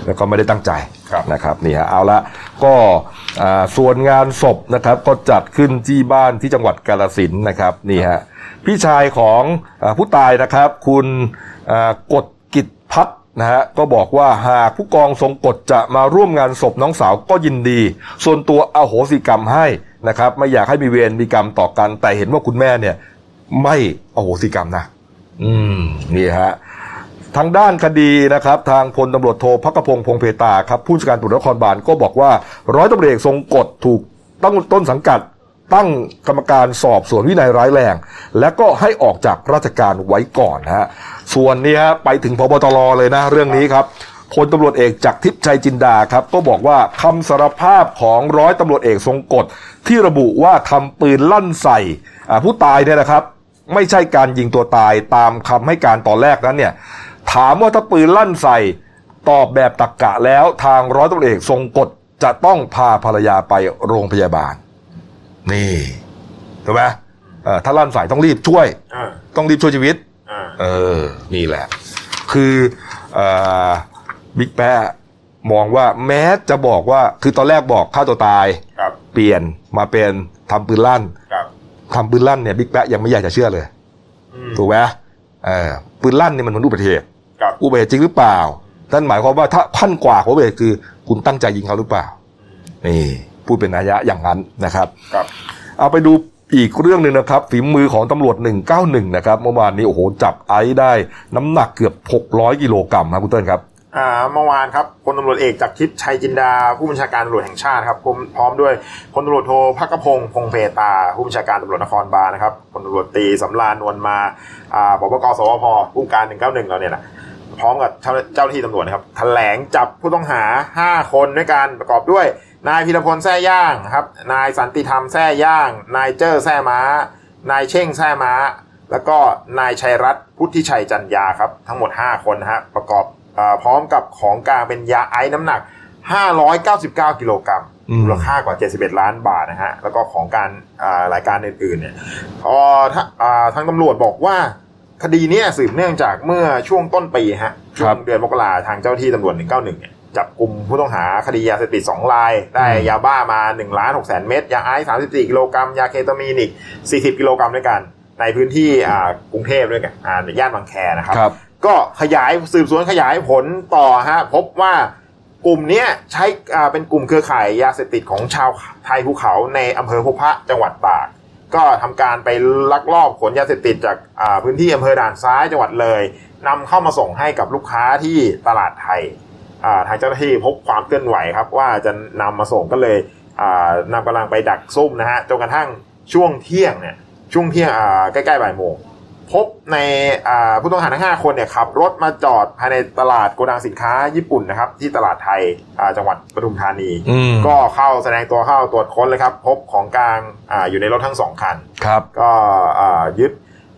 Speaker 1: แล้วก็ไม่ได้ตั้งใจนะครับนี่ฮะเอาละก็อ่าส่วนงานศพนะครับ ก็จัดขึ้นที่บ้านที่จังหวัดกาลสินธุ์นะครับนี่ฮะพี่ชายของอาผู้ตายนะครับ คุณอ่ากฎกิจพัฒน์นะฮะก็บอกว่าหากผู้กองทรงกฎจะมาร่วมงานศพน้องสาวก็ยินดี ส่วนตัวอโหสิกรรมให้นะครับ ไม่อยากให้มีเวรมีกรรมต่อกัน แต่เห็นว่าคุณแม่เนี่ย ไม่อโหสิกรรมนะ อืมนี่ฮะ ทางด้านคดีนะครับ ทางพลตำรวจโทพักกระพงษ์พงเพตราครับผู้จัดการตำรวจนครบาลก็บอกว่า ร้อยตำรวจเอกทรงกฎถูกตั้งต้นสังกัด ตั้งกรรมการสอบสวนวินัยร้ายแรง และก็ให้ออกจากราชการไว้ก่อนนะฮะส่วนนี้ฮะไปถึงพบตรเลยนะ เรื่องนี้ครับพลตำรวจเอกจากทิพย์ชัยจินดาครับ ก็บอกว่าคำสารภาพของร้อยตำรวจเอกทรงกฎที่ระบุว่าทำปืนลั่นใส่อ่าผู้ตายเนี่ยนะครับ ไม่ใช่การยิงตัวตายตามคำให้การตอนแรกนั้นเนี่ย ถามว่าถ้าปืนลั่นใส่ตอบแบบตักกะแล้วทางร้อยตำรวจเอกทรงกฎจะต้องพาภรรยาไปโรงพยาบาล นี่ถูกไหมเอ่อถ้าลั่นสายต้องรีบช่วย
Speaker 10: อ่า
Speaker 1: ต้องรีบช่วยชีวิต
Speaker 10: อ่า
Speaker 1: เออ นี่แหละ คือเอ่อบิ๊กแปะมองว่าแม้จะบอกว่า คือตอนแรกบอกฆ่าตัวตาย
Speaker 10: ครับ
Speaker 1: เปลี่ยนมาเป็นทำปืนลั่น
Speaker 10: ครับ
Speaker 1: ทำปืนลั่นเนี่ยบิ๊กแปะยังไม่อยากจะเชื่อเลย ถูกไหมเออปืนลั่นเนี่ยมันเหมือนอุบัติเหตุ
Speaker 10: ครับ
Speaker 1: อุบัติเหตุจริงหรือเปล่า นั่นหมายความว่าถ้าขั้นกว่าของอุบัติเหตุคือ คุณตั้งใจยิงเขาหรือเปล่า นี่พูดเป็นนัยยะอย่างนั้นนะครับ
Speaker 10: ครับ
Speaker 1: เอาไปดูอีกเรื่องหนึ่งนะครับ ฝีมือของตำรวจ 191 นะครับ เมื่อวานนี้โอ้โห จับไอซ์ได้น้ำหนักเกือบ 600 กิโลกรัมครับคุณเติ้ลครับ
Speaker 10: อ อ่าเมื่อวานครับพลตำรวจเอกจากทิพย์ชัยจินดา ผู้บัญชาการตำรวจแห่งชาติครับพร้อมพร้อมด้วยพลตำรวจโทพักกพงศ์พงเพตา ผู้บัญชาการตำรวจนครบาลนะครับพลตำรวจตรีสำราญนวลมาอ่าผบกสวพผู้การ191เราเนี่ยนะพร้อมกับเจ้าเจ้าหน้าที่ตำรวจนะครับแถลงจับผู้ต้องหา 5 คนด้วยกันประกอบด้วย นายพิรพลแท่ย่างครับนายสันติธรรมแท่ย่าง นายเจ้อแท่ม้า นายเช่งแท่ม้า แล้วก็นายชัยรัตน์พุทธิชัยจันยาครับทั้งหมด 5 คนนะฮะประกอบอาพร้อมกับของกลางเป็นยาไอซ์น้ำหนัก 599 กิโลกรัม
Speaker 1: อืม
Speaker 10: มูลค่ากว่า 71 ล้านบาทนะฮะแล้วก็ของการอ่ารายการอื่นๆเนี่ยพอถ้าอ่าทางตำรวจบอกว่า คดีเนี้สืบเนื่องจากเมื่อช่วงต้นปีฮะช่วงเดือนมกราทางเจ้าที่ตำรวจ 191 เนี่ยจับกลุ่มผู้ต้องหาคดียาเสพติด 2 ราย ได้ยาบ้ามา1ล้าน6แสนเม็ดยาไอซ์34 กิโลกรัม ยาเคตามีนอีก 40 กิโลกรัมด้วยกัน ในพื้นที่อ่ากรุงเทพด้วยกันอ่าย่านบางแคนะครับ
Speaker 1: ครับ
Speaker 10: ก็ขยายสืบสวนขยายผลต่อฮะพบว่ากลุ่มเนี้ยใช้อ่าเป็นกลุ่มเครือข่ายยาเสพติดของชาวไทยภูเขาในอำเภอพบพระจังหวัดตาก ก็ทำการไปลักลอบขนยาเสพติดจากอ่าพื้นที่อำเภอด่านซ้ายจังหวัดเลยนำเข้ามาส่งให้กับลูกค้าที่ตลาดไทยอ่าทางเจ้าหน้าที่พบความเคลื่อนไหวครับว่าจะนำมาส่งก็เลยอ่านำกำลังไปดักซุ่มนะฮะจนกระทั่งช่วงเที่ยงเนี่ยช่วงเที่ยงอ่าใกล้ๆบ่ายโมง พบในอ่าผู้ต้องหาทั้ง 5 คนเนี่ยขับรถมาจอดภายในตลาดโกดังสินค้าญี่ปุ่นนะครับ ที่ตลาดไทยอ่าจังหวัดปทุมธานี
Speaker 1: อืม
Speaker 10: ก็เข้าแสดงตัวเข้าตรวจค้นเลยครับ พบของกลางอาอยู่ในรถทั้งสองคัน
Speaker 1: ครับ
Speaker 10: ก็อ่ายึด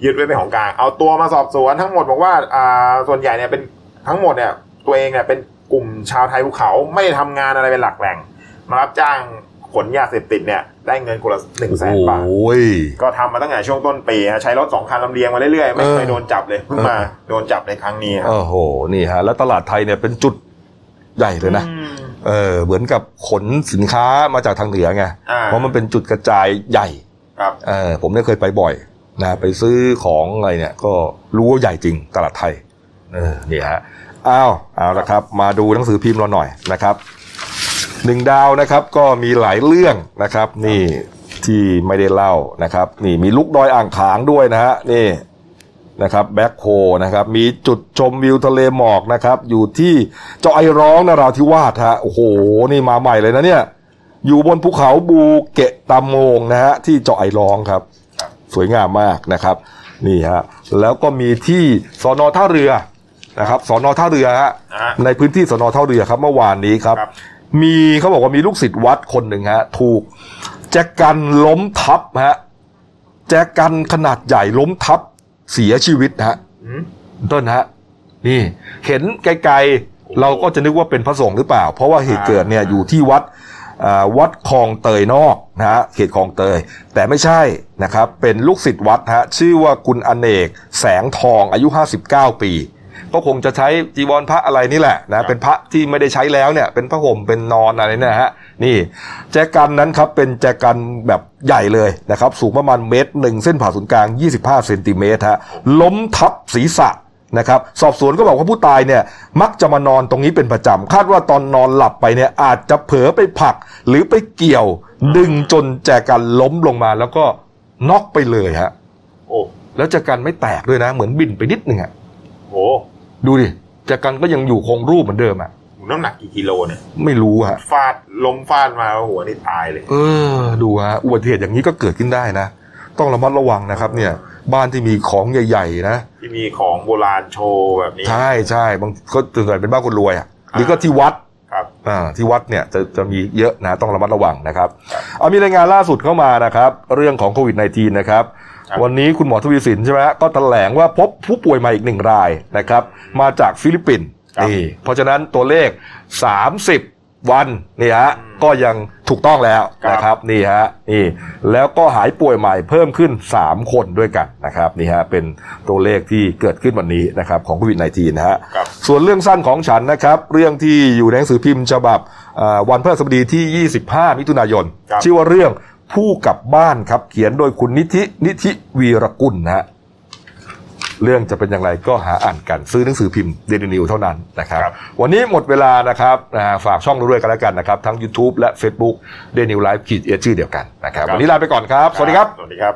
Speaker 10: ยึดไว้เป็นของกลาง เอาตัวมาสอบสวนทั้งหมดบอกว่าอ่าส่วนใหญ่เนี่ยเป็นทั้งหมดเนี่ยตัวเองเนี่ยเป็นกลุ่มชาวไทยภูเขาไม่ได้ทำงานอะไรเป็นหลักแหล่ง มารับจ้างขนยาเสพติดเนี่ยได้เงินคนละหนึ่งแสนบาท
Speaker 1: โอ้ย
Speaker 10: ก็ทำมาตั้งแต่ช่วงต้นปีฮะใช้รถสองคันลำเลียงมาเรื่อยๆ ไม่เคยโดนจับเลยเพิ่งมาโดนจับในครั้งนี้ฮะ
Speaker 1: โอ้โห นี่ฮะ แล้วตลาดไทยเนี่ยเป็นจุดใหญ่เลยนะ เออ เหมือนกับขนสินค้ามาจากทางเหนือไง
Speaker 10: อ่า
Speaker 1: เพราะมันเป็นจุดกระจายใหญ่
Speaker 10: ครับ
Speaker 1: เออ ผมเนี่ยเคยไปบ่อยนะ ไปซื้อของอะไรเนี่ย ก็รู้ว่าใหญ่จริงตลาดไทย เออ นี่ฮะ อ้าว เอาละครับ มาดูหนังสือพิมพ์เราหน่อยนะครับ หนึ่งดาวนะครับก็มีหลายเรื่องนะครับ นี่ที่ไม่ได้เล่านะครับ นี่มีลูกดอยอ่างขางด้วยนะฮะนี่นะครับแบ็คโฮนะครับ มีจุดชมวิวทะเลหมอกนะครับ อยู่ที่เจาะไอร้องนราธิวาสฮะโอ้โหนี่มาใหม่เลยนะเนี่ย อยู่บนภูเขาบูเกะตามโมงนะฮะที่เจาะไอร้องครับ สวยงามมากนะครับ นี่ฮะแล้วก็มีที่สอนอท่าเรือนะครับสอนอท่าเรือฮะ
Speaker 10: นะฮะ
Speaker 1: ในพื้นที่สนอเท่าเรือครับเมื่อวานนี้ครับ มีเขาบอกว่ามีลูกศิษย์วัดคนหนึ่งฮะ ถูกแจกันล้มทับฮะแจกันขนาดใหญ่ล้มทับเสียชีวิตฮะต้นฮะ นี่ เห็นไกลๆ เราก็จะนึกว่าเป็นพระสงฆ์หรือเปล่า เพราะว่าเหตุเกิดเนี่ยอยู่ที่วัดอ่าวัดคลองเตยนอกนะฮะเขตคลองเตย แต่ไม่ใช่นะครับ เป็นลูกศิษย์วัดฮะชื่อว่าคุณอเนก แสงทองอายุ 59 ปี ก็คงจะใช้จีวรพระอะไรนี่แหละนะเป็นพระที่ไม่ได้ใช้แล้วเนี่ย เป็นพระห่มเป็นนอนอะไรเนี่ยฮะนี่แจกันนั้นครับเป็นแจกันแบบใหญ่เลยนะครับ สูงประมาณเมตรหนึ่งเส้นผ่าศูนย์กลาง 25เซนติเมตรฮะล้มทับศีรษะนะครับ สอบสวนก็บอกว่าผู้ตายเนี่ยมักจะมานอนตรงนี้เป็นประจำคาดว่าตอนนอนหลับไปเนี่ยอาจจะเผลอไปผลัก หรือไปเกี่ยว ดึงจนแจกันล้มลงมาแล้วก็น็อกไปเลยฮะ
Speaker 10: โอ้
Speaker 1: แล้วแจกันไม่แตกด้วยนะเหมือนบินไปนิดหนึ่งอะ
Speaker 10: โห
Speaker 1: ดูดิจากกันก็ยังอยู่คงรูปเหมือนเดิมอ่ะ
Speaker 10: น้ำหนักกี่กิโลเนี่ย
Speaker 1: ไม่รู้ฮะ
Speaker 10: ฟาดลมฟาดมาแล้วหัวนี่ตายเลย
Speaker 1: เออ ดูฮะ อุบัติเหตุอย่างนี้ก็เกิดขึ้นได้นะ ต้องระมัดระวังนะครับ เนี่ย บ้านที่มีของใหญ่ ๆ นะ
Speaker 10: ที่มีของโบราณโชว์แบบนี้
Speaker 1: ใช่ใช่บางก็ส่วนใหญ่เป็นบ้านคนรวยอ่ะหรือก็ที่วัด
Speaker 10: ครับ
Speaker 1: อ่าที่วัดเนี่ยจะจะมีเยอะนะต้องระมัดระวังนะครับเอามีรายงานล่าสุดเข้ามานะครับ เรื่องของโควิด -19 นะครับ วันนี้คุณหมอทวีสินใช่ไหมฮะก็แถลงว่าพบผู้ป่วยใหม่อีกหนึ่งรายนะครับ มาจากฟิลิปปินส์นี่เพราะฉะนั้นตัวเลข 30 วันนี่ฮะก็ยังถูกต้องแล้วนะครับนี่ฮะนี่แล้วก็หายป่วยใหม่เพิ่มขึ้น 3 คนด้วยกันนะครับนี่ฮะเป็นตัวเลขที่เกิดขึ้นวันนี้นะครับของโควิด -19 นะฮะ
Speaker 10: ครับ
Speaker 1: ส่วนเรื่องสั้นของฉันนะครับ เรื่องที่อยู่ในหนังสือพิมพ์ฉบับเอ่อวันพฤหัสบดีที่ 25 มิถุนายน
Speaker 10: ครับ
Speaker 1: ชื่อว่าเรื่องผู้กลับบ้านครับ เขียนโดยคุณนิธินิธิวีรกุลนะฮะเรื่องจะเป็นอย่างไรก็หาอ่านกันซื้อหนังสือพิมพ์เดลินิวเท่านั้นนะครับ วันนี้หมดเวลานะครับอ่าฝากช่องเราด้วยกันแล้วกันนะครับ ทั้ง YouTube และ Facebook เดนิวไลฟ์ขีดเอชื่อเดียวกันนะครับ
Speaker 10: ครับ
Speaker 1: วันนี้ลาไปก่อนครับ สวัสดีครับ
Speaker 10: สวัสดีครับ